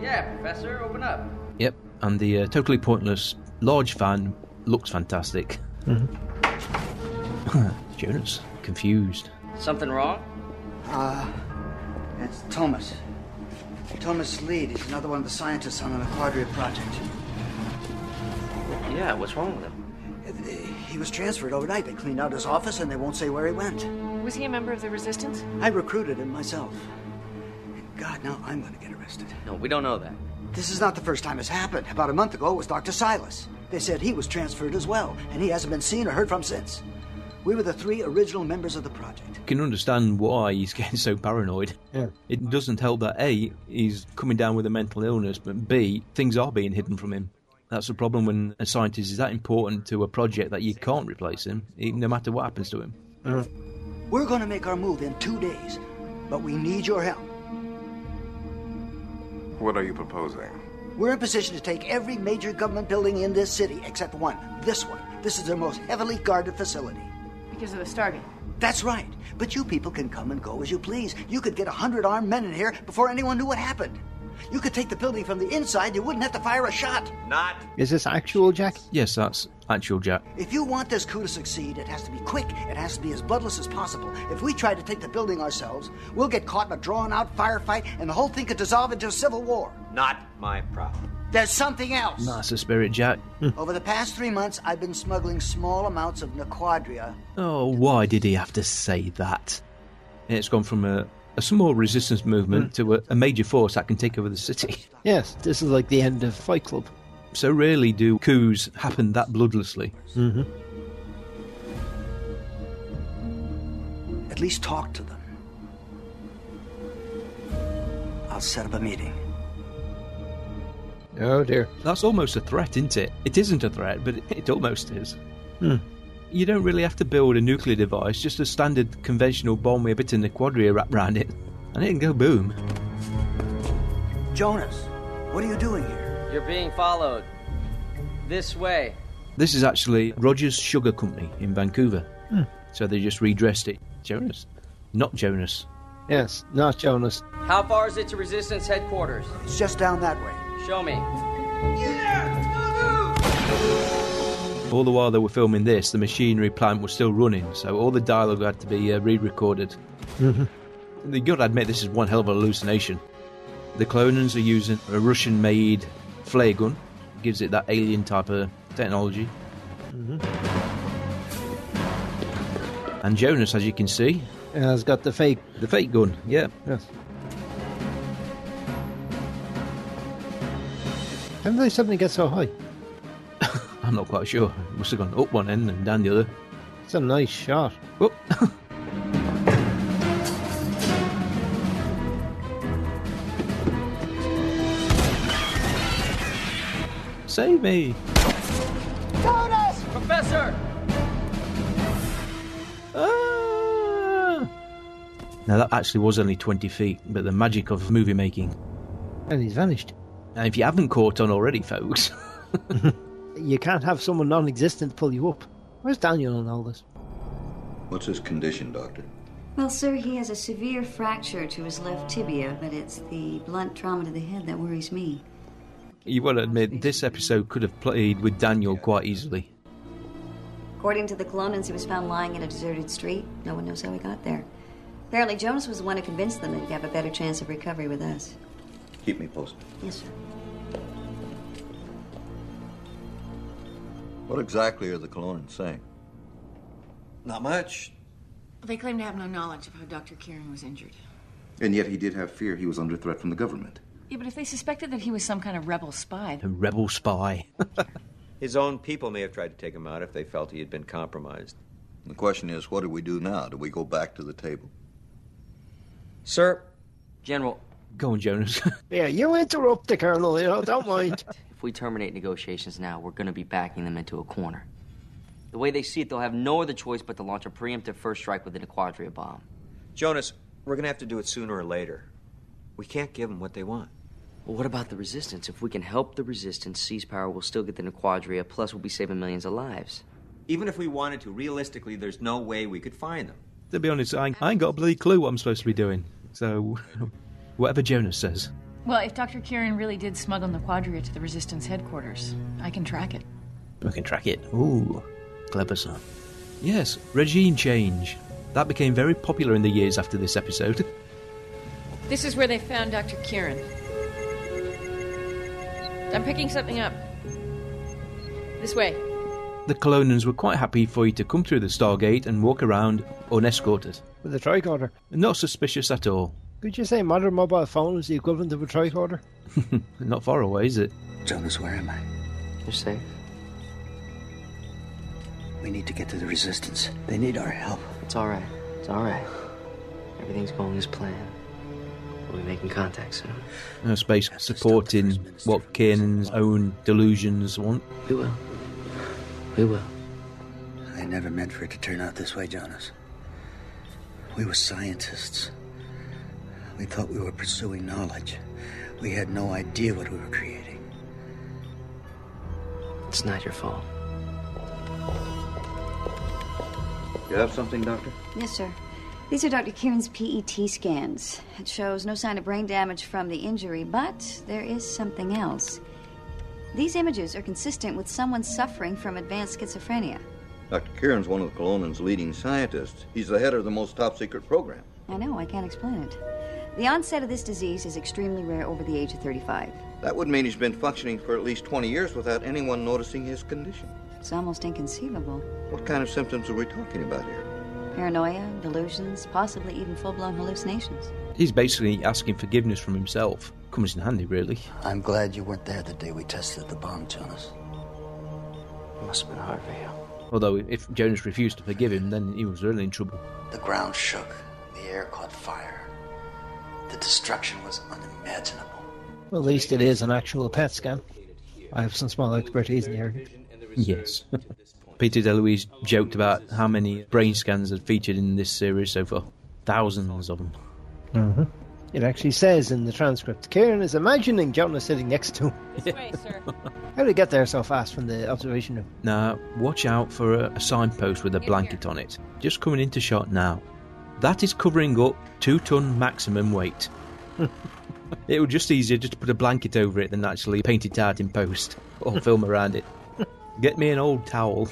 Yeah, Professor, open up.
Yep. And the uh, totally pointless large fan looks fantastic. Jonas, confused.
Something wrong?
Uh, it's Thomas. Thomas Lead is another one of the scientists on the Quadria project.
Yeah, what's wrong with him?
He was transferred overnight. They cleaned out his office and they won't say where he went.
Was he a member of the Resistance?
I recruited him myself. God, now I'm going to get arrested.
No, we don't know that.
This is not the first time it's happened. About a month ago, it was Dr. Silas. They said he was transferred as well, and he hasn't been seen or heard from since. We were the three original members of the project.
You can understand why he's getting so paranoid.
Yeah.
It doesn't help that A, he's coming down with a mental illness, but B, things are being hidden from him. That's the problem when a scientist is that important to a project that you can't replace him, e- no matter what happens to him.
We're going to make our move in two days, but we need your help.
What are you proposing?
We're in position to take every major government building in this city except one. This one. This is their most heavily guarded facility.
Because of the Stargate.
That's right. But you people can come and go as you please. You could get a hundred armed men in here before anyone knew what happened. You could take the building from the inside. You wouldn't have to fire a shot. Not.
Is this actual Jack?
Yes, that's actual Jack.
If you want this coup to succeed, it has to be quick. It has to be as bloodless as possible. If we try to take the building ourselves, we'll get caught in a drawn-out firefight, and the whole thing could dissolve into a civil war.
Not my problem.
There's something else.
That's the spirit, Jack.
Hmm.
Over the past three months, I've been smuggling small amounts of Nequadria.
Oh, why did he have to say that? And it's gone from a, a small resistance
Hmm.
movement to a, a major force that can take over the city.
Yes, this is like the end of Fight Club.
So rarely do coups happen that bloodlessly.
Mm-hmm.
At least talk to them. I'll set up a meeting.
Oh dear.
That's almost a threat, isn't it? It isn't a threat, but it almost is.
Hmm.
You don't really have to build a nuclear device, just a standard conventional bomb with a bit in the quadria wrapped around it, and it can go boom.
Jonas, what are you doing here?
You're being followed. This way.
This is actually Rogers Sugar Company in Vancouver.
Hmm.
So they just redressed it. Jonas. Not Jonas.
Yes, not Jonas.
How far is it to Resistance headquarters?
It's just down that way.
Show me.
All the while they were filming this, the machinery plant was still running, so all the dialogue had to be uh, re recorded.
Mm-hmm.
You've got to admit, this is one hell of a hallucination. The Clonans are using a Russian made flare gun, gives it that alien type of technology.
Mm-hmm.
And Jonas, as you can see,
has got Uh, the fake.
The fake gun, yeah.
Yes. How did they suddenly get so high?
I'm not quite sure. It must have gone up one end and down the other. Oh.
It's a nice shot.
Whoop. Save me!
Jonas! Professor!
Ah! Now that actually was only 20 feet, but the magic of movie making.
And he's vanished.
Now, if you haven't caught on already, folks,
You can't have someone non existent pull you up. Where's Daniel in all this?
What's his condition, Doctor?
Well, sir, he has a severe fracture to his left tibia, but it's the blunt trauma to the head that worries me.
you won't admit this episode could have played with Daniel quite easily.
According to the Colonians, he was found lying in a deserted street. No one knows how he got there. Apparently, Jonas was the one who convinced them that he'd have a better chance of recovery with us.
Keep me posted.
Yes, sir.
What exactly are the Colonians saying? Not much.
They claim to have no knowledge of how Dr. Kieran was injured.
And yet he did have fear he was under threat from the government.
Yeah, but if they suspected that he was some kind of rebel spy,
A rebel spy.
His own people may have tried to take him out if they felt he had been compromised.
The question is, what do we do now? Do we go back to the table?
Sir, General,
Go on, Jonas.
Yeah, you interrupt the colonel, you know, don't mind.
if we terminate negotiations now, we're going to be backing them into a corner. The way they see it, they'll have no other choice but to launch a preemptive first strike with an Aquadria bomb.
Jonas, we're going to have to do it sooner or later. We can't give them what they want.
Well, what about the resistance? If we can help the resistance seize power, we'll still get the Nequadria, plus we'll be saving millions of lives.
Even if we wanted to, realistically, there's no way we could find them.
to be honest, I, I ain't got a bloody clue what I'm supposed to be doing. So, whatever Jonas says.
well, if Dr. Kieran really did smuggle the Quadria to the Resistance headquarters, I can track it.
We can track it. Ooh, clever son. Yes, regime change. That became very popular in the years after this episode.
This is where they found Dr. Kieran. I'm picking something up. This way.
The Colonians were quite happy for you to come through the Stargate and walk around unescorted.
With a tricorder.
Not suspicious at all.
Could you say modern mobile phone is the equivalent of a tricorder?
Not far away, is it?
Jonas, where am I?
You're safe.
We need to get to the resistance. They need our help.
It's all right. It's all right. Everything's going as planned. We'll be making contact soon.
No space supporting what Kiernan's own delusions want.
We will. We will.
I never meant for it to turn out this way, Jonas. We were scientists. We thought we were pursuing knowledge. We had no idea what we were creating.
It's not your fault.
You have something, Doctor?
Yes, sir. These are Dr. Kieran's PET scans. It shows no sign of brain damage from the injury, but there is something else. These images are consistent with someone suffering from advanced schizophrenia.
Dr. Kieran's one of the Colonians' leading scientists. He's the head of the most top secret program.
I know, I can't explain it. The onset of this disease is extremely rare over the age of 35.
That would mean he's been functioning for at least 20 years without anyone noticing his condition.
It's almost inconceivable.
What kind of symptoms are we talking about here?
Paranoia, delusions, possibly even full blown hallucinations.
He's basically asking forgiveness from himself. Comes in handy, really.
I'm glad you weren't there the day we tested the bomb, Jonas.
It must have been hard for you.
Although, if Jonas refused to forgive him, then he was really in trouble.
The ground shook, the air caught fire. The destruction was unimaginable.
Well, at least it is an actual PET scan. I have some small expertise in the area.
Yes. Peter DeLuise joked about how many brain scans had featured in this series so far. Thousands of them.
Mm-hmm. It actually says in the transcript, Kieran is imagining Jonas sitting next to him.
This way, sir.
How did he get there so fast from the observation room?
Now, watch out for a, a signpost with a blanket on it. Just coming into shot now. That is covering up two ton maximum weight. It would just easier just to put a blanket over it than actually paint it out in post or film around it. Get me an old towel.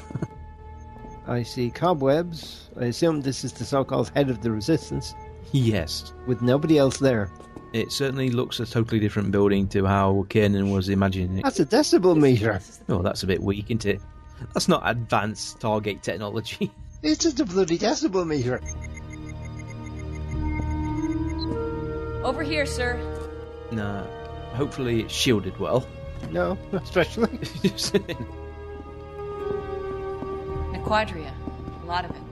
I see cobwebs. I assume this is the so called head of the resistance.
Yes.
With nobody else there.
It certainly looks a totally different building to how Kiernan was imagining it.
That's a decibel meter.
Oh, that's a bit weak, isn't it? That's not advanced Stargate technology.
It's just a bloody decibel meter.
Over here, sir.
No, hopefully it's shielded well.
No, not especially.
Nequadria. A lot of it.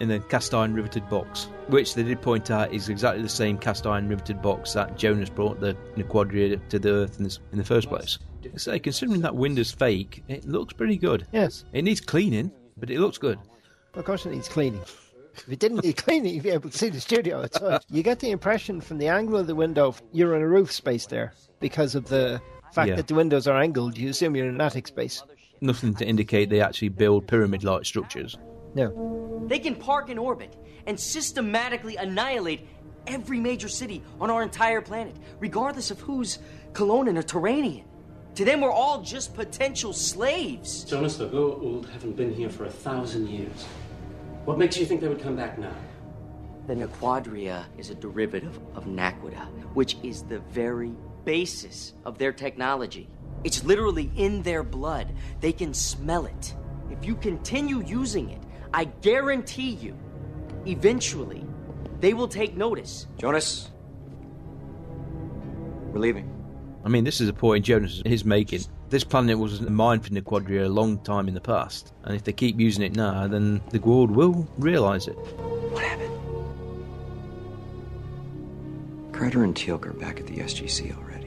in a cast iron riveted box, which they did point out is exactly the same cast iron riveted box that Jonas brought the Nequadria to the Earth in, this, in the first place. So, considering that window's fake, it looks pretty good.
Yes.
It needs cleaning, but it looks good.
Of course, it needs cleaning. If it didn't need cleaning, you'd be able to see the studio outside. you get the impression from the angle of the window, you're in a roof space there because of the fact
Yeah.
that the windows are angled. You assume you're in an attic space.
Nothing to indicate they actually build pyramid like structures.
No.
They can park in orbit and systematically annihilate every major city on our entire planet, regardless of who's Colonan or Terranian. To them, we're all just potential slaves.
Jonas, the Goa'uld haven't been here for a thousand years. What makes you think they would come back now?
The Nequadria is a derivative of Naquada, which is the very basis of their technology. It's literally in their blood. They can smell it. If you continue using it, I guarantee you, eventually, they will take notice.
Jonas, we're leaving.
I mean, this is a point Jonas is making. This planet was a mine for Nequadria a long time in the past, and if they keep using it now, then the Gwald will realise it.
Carter and Teal'c are back at the SGC already.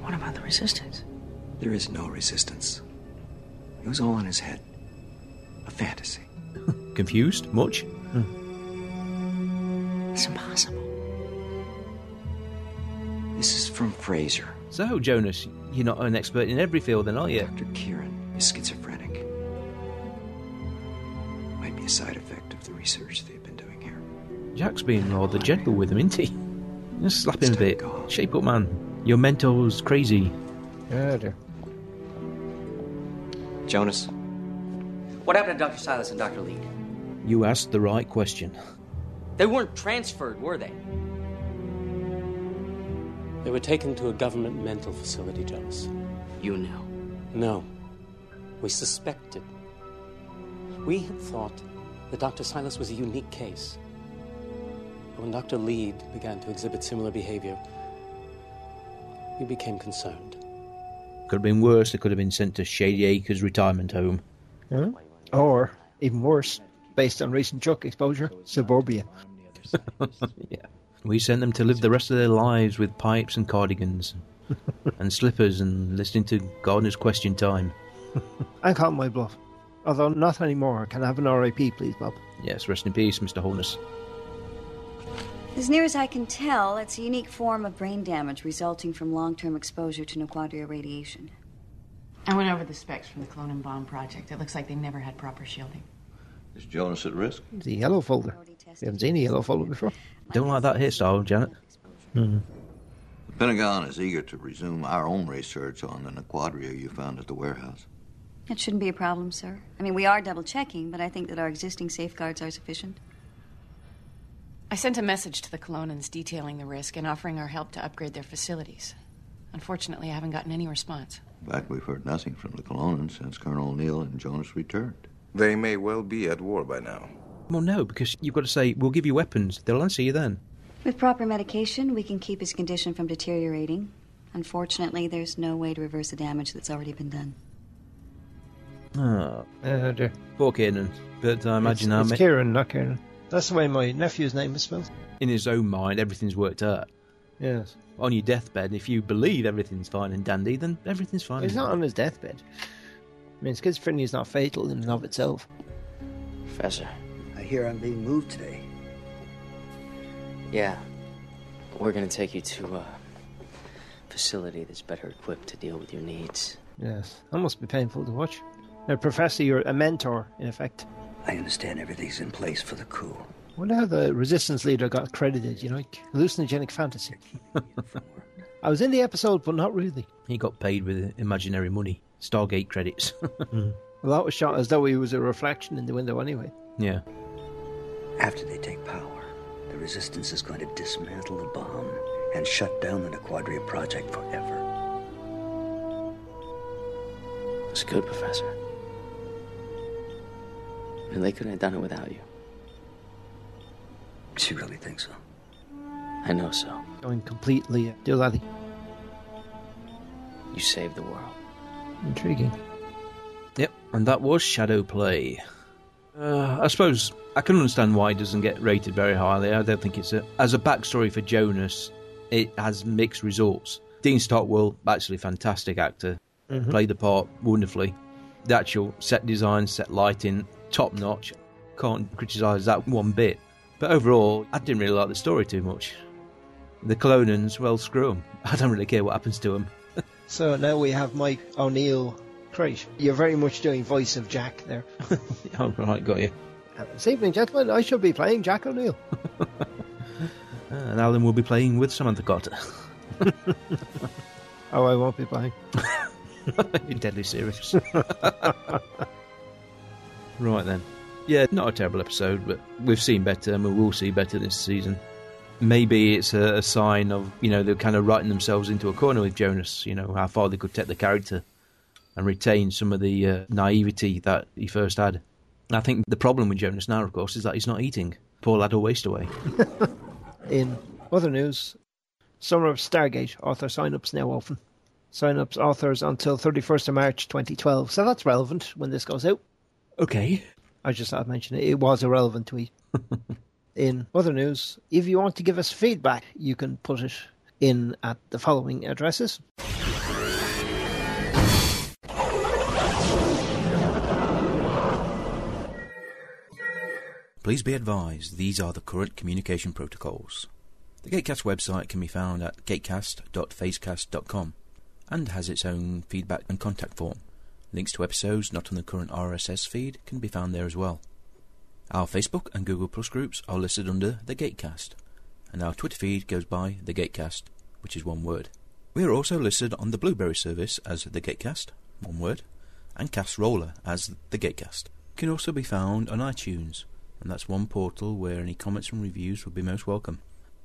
What about the resistance?
There is no resistance. It was all in his head. A fantasy.
Confused? Much?
Hmm.
It's impossible.
This is from Fraser.
So, Jonas, you're not an expert in every field, then, are you? Dr.
Kieran is schizophrenic. Might be a side effect of the research they've been doing here.
Jack's being rather gentle with him, isn't he? Just slap him a bit. Shape up, man. Your mentor's crazy.
Yeah, dear.
Jonas.
What happened to Dr. Silas and Dr. Lee?
You asked the right question.
They weren't transferred, were they?
They were taken to a government mental facility, Jonas.
You know.
No. We suspected. We had thought that Dr. Silas was a unique case. But when Dr. Lead began to exhibit similar behavior, we became concerned.
Could have been worse. They could have been sent to Shady Acres retirement home.
Huh? Oh, Or, Hmm? even worse, based on recent Chuck exposure, suburbia.
yeah. We sent them to live the rest of their lives with pipes and cardigans and slippers and listening to Gardner's Question Time.
I call my bluff. Although not anymore. Can I have an RIP, please, Bob?
Yes, rest in peace, Mr. Holness.
As near as I can tell, it's a unique form of brain damage resulting from long term exposure to Nequadria radiation.
I went over the specs from the Clone and Bomb project. It looks like they never had proper shielding.
Is Jonas at risk?
The yellow folder. We haven't seen a yellow folder before.
Don't like that hairstyle, Janet.
The Pentagon is eager to resume our own research on the Nequadria you found at the warehouse.
That shouldn't be a problem, sir. I mean, we are double checking, but I think that our existing safeguards are sufficient.
I sent a message to the Colonans detailing the risk and offering our help to upgrade their facilities. Unfortunately, I haven't gotten any response.
In fact, we've heard nothing from the Colonans since Colonel O'Neill and Jonas returned.
They may well be at war by now.
Well, no, because you've got to say, we'll give you weapons. They'll answer you then.
With proper medication, we can keep his condition from deteriorating. Unfortunately, there's no way to reverse the damage that's already been done.
Oh.
Uh, dear.
Poor Kiernan. But I imagine
it's,
how
it's
ma-
Kieran, not Kieran. That's the way my nephew's name is spelled.
in his own mind everything's worked out.
Yes.
On your deathbed, if you believe everything's fine and dandy, then everything's fine.
He's
and
not on
dandy.
his deathbed. I mean, schizophrenia is not fatal in and of itself.
Professor.
I hear I'm being moved today.
Yeah. We're gonna take you to a facility that's better equipped to deal with your needs.
Yes. That must be painful to watch. A professor, you're a mentor, in effect.
I understand everything's in place for the coup.
wonder how the resistance leader got credited, you know, like hallucinogenic fantasy. I was in the episode, but not really.
He got paid with imaginary money, Stargate credits.
Mm.
Well, that was shot as though he was a reflection in the window anyway.
Yeah.
After they take power, the resistance is going to dismantle the bomb and shut down the Nequadria project forever.
It's good, Professor. And they couldn't have done it without you.
She really thinks so.
I know so.
Going completely uh, Doolally.
You saved the world.
Intriguing.
Yep, and that was Shadow Play. Uh, I suppose I can understand why it doesn't get rated very highly. I don't think it's a. As a backstory for Jonas, it has mixed results. Dean Stockwell, actually fantastic actor,
Mhm.
played the part wonderfully. The actual set design, set lighting, top notch. Can't criticise that one bit. But overall, I didn't really like the story too much. The Colonans, well, screw 'em. I don't really care what happens to 'em.
So now we have Mike O'Neill Craig. You're very much doing voice of Jack there.
All right, got you.
Uh, This evening, gentlemen, I shall be playing Jack O'Neill.
Uh, and Alan will be playing with Samantha Carter.
oh, I won't be playing.
You're deadly serious. right then. Yeah, not a terrible episode, but we've seen better and we will see better this season. Maybe it's a, a sign of, you know, they're kind of writing themselves into a corner with Jonas, you know, how far they could take the character and retain some of the uh, naivety that he first had. I think the problem with Jonas now, of course, is that he's not eating. Poor lad will waste away.
In other news, Summer of Stargate author sign-ups now open. Sign-ups authors until 31st of March 2012. So that's relevant when this goes out.
Okay.
I just thought I'd mention it. It was a relevant tweet. in other news, if you want to give us feedback, you can put it in at the following addresses.
Please be advised these are the current communication protocols. The Gatecast website can be found at gatecast.facecast.com and has its own feedback and contact form. Links to episodes not on the current RSS feed can be found there as well. Our Facebook and Google Plus groups are listed under The Gatecast, and our Twitter feed goes by The Gatecast, which is one word. We are also listed on the Blueberry service as The Gatecast, one word, and Cast Roller as The Gatecast. Can also be found on iTunes, and that's one portal where any comments and reviews would be most welcome.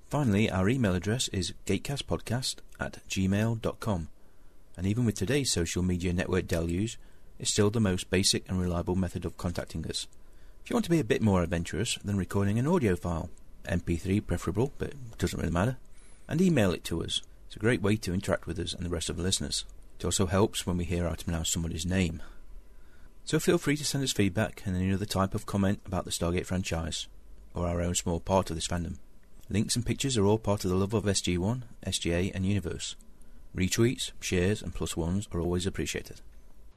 Finally, our email address is gatecastpodcast at gmail.com, and even with today's social media network deluge, it's still the most basic and reliable method of contacting us. If you want to be a bit more adventurous, then recording an audio file, MP3 preferable, but it doesn't really matter, and email it to us. It's a great way to interact with us and the rest of the listeners. It also helps when we hear out and pronounce somebody's name. So feel free to send us feedback and any other type of comment about the Stargate franchise, or our own small part of this fandom. Links and pictures are all part of the love of SG1, SGA, and Universe. Retweets, shares, and plus ones are always appreciated.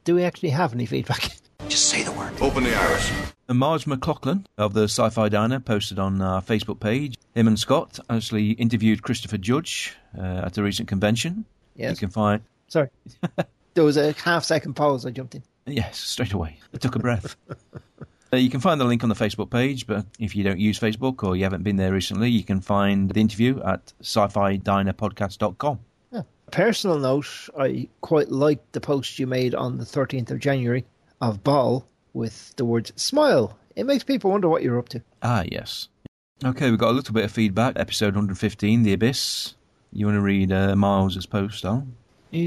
Do we actually have any feedback?
Just say the word.
Open the iris.
And Marge McLaughlin of the Sci Fi Diner posted on our Facebook page. Him and Scott actually interviewed Christopher Judge uh, at a recent convention.
Yes.
You can find.
Sorry. there was a half second pause I jumped in.
Yes, straight away. I took a breath. Uh, you can find the link on the Facebook page, but if you don't use Facebook or you haven't been there recently, you can find the interview at sci fi dinerpodcast.com.
Personal note, I quite liked the post you made on the 13th of January of Ball with the word smile. It makes people wonder what you're up to.
Ah, yes. Okay, we've got a little bit of feedback. Episode 115, The Abyss. You want to read uh, Miles's post, Al?
Let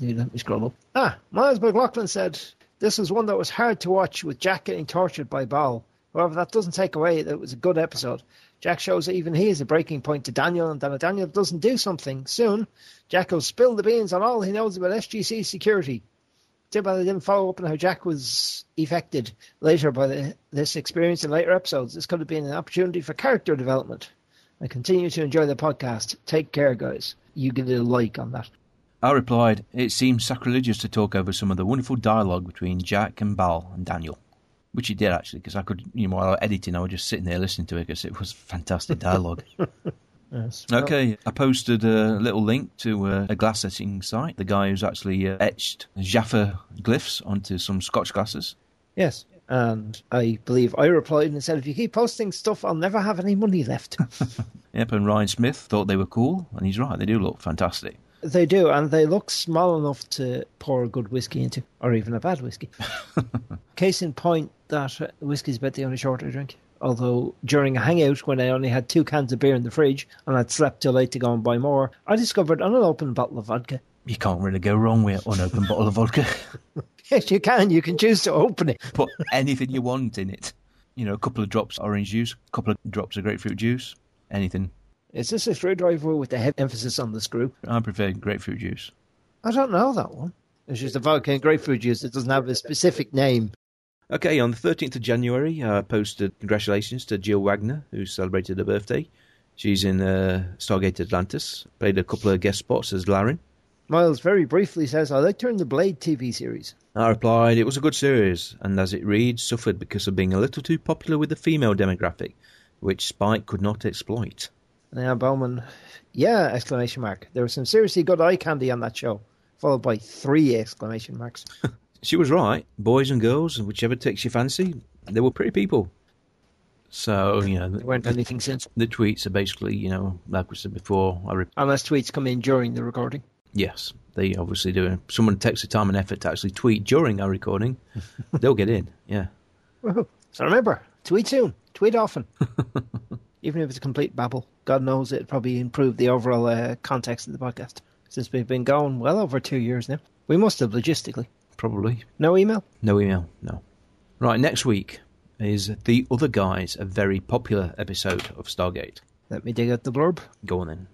me scroll up. Ah, Miles McLaughlin said, This was one that was hard to watch with Jack getting tortured by Ball. However, that doesn't take away that it was a good episode. Jack shows that even he is a breaking point to Daniel, and that if Daniel doesn't do something soon, Jack will spill the beans on all he knows about SGC security. Too bad they didn't follow up on how Jack was affected later by the, this experience in later episodes. This could have been an opportunity for character development. I continue to enjoy the podcast. Take care, guys. You give it a like on that.
I replied, It seems sacrilegious to talk over some of the wonderful dialogue between Jack and Bal and Daniel. Which he did actually, because I could, you know, while I was editing, I was just sitting there listening to it because it was fantastic dialogue.
Yes.
okay, I posted a little link to uh, a glass etching site. The guy who's actually uh, etched Jaffa glyphs onto some Scotch glasses.
Yes. And I believe I replied and said, if you keep posting stuff, I'll never have any money left.
Yep, and Ryan Smith thought they were cool, and he's right, they do look fantastic.
they do, and they look small enough to pour a good whiskey into, or even a bad whiskey. Case in point, that whiskey's about the only short I drink. Although during a hangout when I only had two cans of beer in the fridge and I'd slept too late to go and buy more, I discovered an unopened bottle of vodka.
You can't really go wrong with an unopened bottle of vodka.
Yes, you can. You can choose to open it.
Put anything you want in it. You know, a couple of drops of orange juice, a couple of drops of grapefruit juice, anything.
Is this a screwdriver with a heavy emphasis on the screw?
I prefer grapefruit juice.
I don't know that one. It's just a vodka and grapefruit juice. It doesn't have a specific name.
Okay, on the 13th of January, I posted congratulations to Jill Wagner, who celebrated her birthday. She's in uh, Stargate Atlantis, played a couple of guest spots as Laren.
Miles very briefly says, I like her in the Blade TV series.
I replied, it was a good series, and as it reads, suffered because of being a little too popular with the female demographic, which Spike could not exploit.
Now Bowman, yeah! Exclamation mark. There was some seriously good eye candy on that show, followed by three exclamation marks.
She was right. Boys and girls, whichever takes your fancy, they were pretty people. So, you know,
There weren't anything since,
the tweets are basically, you know, like we said before, I re-
unless tweets come in during the recording.
yes, they obviously do. If someone takes the time and effort to actually tweet during our recording, they'll get in, yeah.
Woohoo. So remember, tweet soon, tweet often. Even if it's a complete babble, God knows it'd probably improve the overall uh, context of the podcast. Since we've been going well over two years now, we must have logistically.
Probably.
No email?
No email, no. Right, next week is The Other Guys, a very popular episode of Stargate.
Let me dig out the blurb.
Go on then.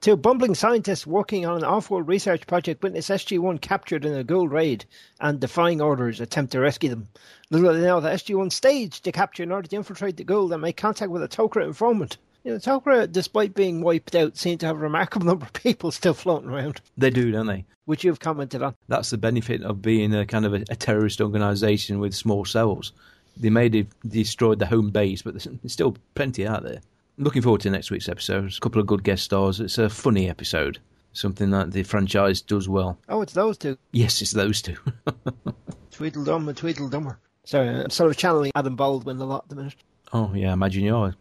Two bumbling scientists working on an off-world research project witness SG-1 captured in a Gould raid, and defying orders attempt to rescue them. Little do they know that SG-1 staged the capture in order to infiltrate the Gould and make contact with a Tokra informant. You know, Tokra, despite being wiped out, seem to have a remarkable number of people still floating around,
They do, don't they?
which you've commented on.
That's the benefit of being a kind of a, a terrorist organisation with small cells. They may have destroyed the home base, but there's there's still plenty out there. Looking forward to next week's episode. There's a couple of good guest stars. It's a funny episode, something that the franchise does well.
Oh, it's those two.
Yes, it's those two.
Tweedledum and Tweedledummer. Sorry, I'm sort of channeling Adam Baldwin a lot at the minute.
oh, yeah, imagine you are.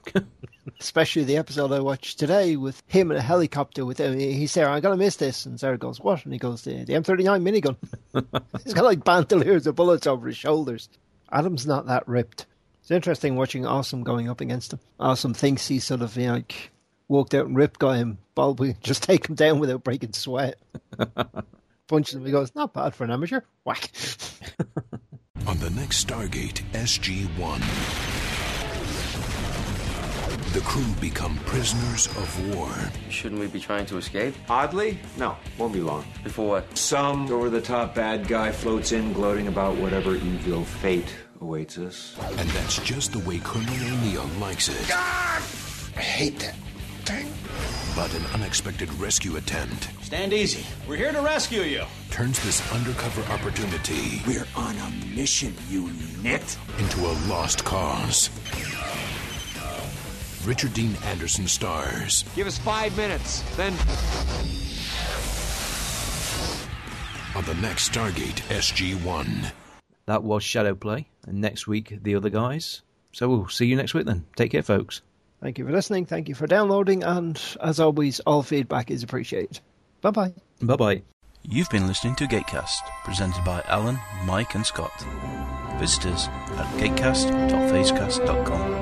Especially the episode I watched today with him in a helicopter. With him. He's Sarah, I'm going to miss this. And Sarah goes, What? And he goes, The, the M39 minigun. He's got like bandoliers of bullets over his shoulders. Adam's not that ripped. It's interesting watching Awesome going up against him. Awesome thinks he sort of, you know, like, walked out and ripped guy him. Baldwin just take him down without breaking sweat. Punches him. He goes, Not bad for an amateur. Whack.
On the next Stargate SG-1, the crew become prisoners of war.
Shouldn't we be trying to escape?
Oddly, no, won't be long.
Before what?
Some over the top bad guy floats in gloating about whatever evil fate awaits us.
And that's just the way Colonel O'Neill likes it. I hate that thing. But an unexpected rescue attempt
Stand easy. We're here to rescue you.
turns this undercover opportunity. We're on a mission, you nit. Into a lost cause. Richard Dean Anderson stars.
Give us five minutes, then.
on the next Stargate SG-1.
that was Shadow Play, and next week, The Other Guys. So we'll see you next week then. Take care, folks.
Thank you for listening. Thank you for downloading. And as always, all feedback is appreciated. Bye bye.
Bye bye.
You've been listening to Gatecast, presented by Alan, Mike, and Scott. Visit us at gatecast.facecast.com.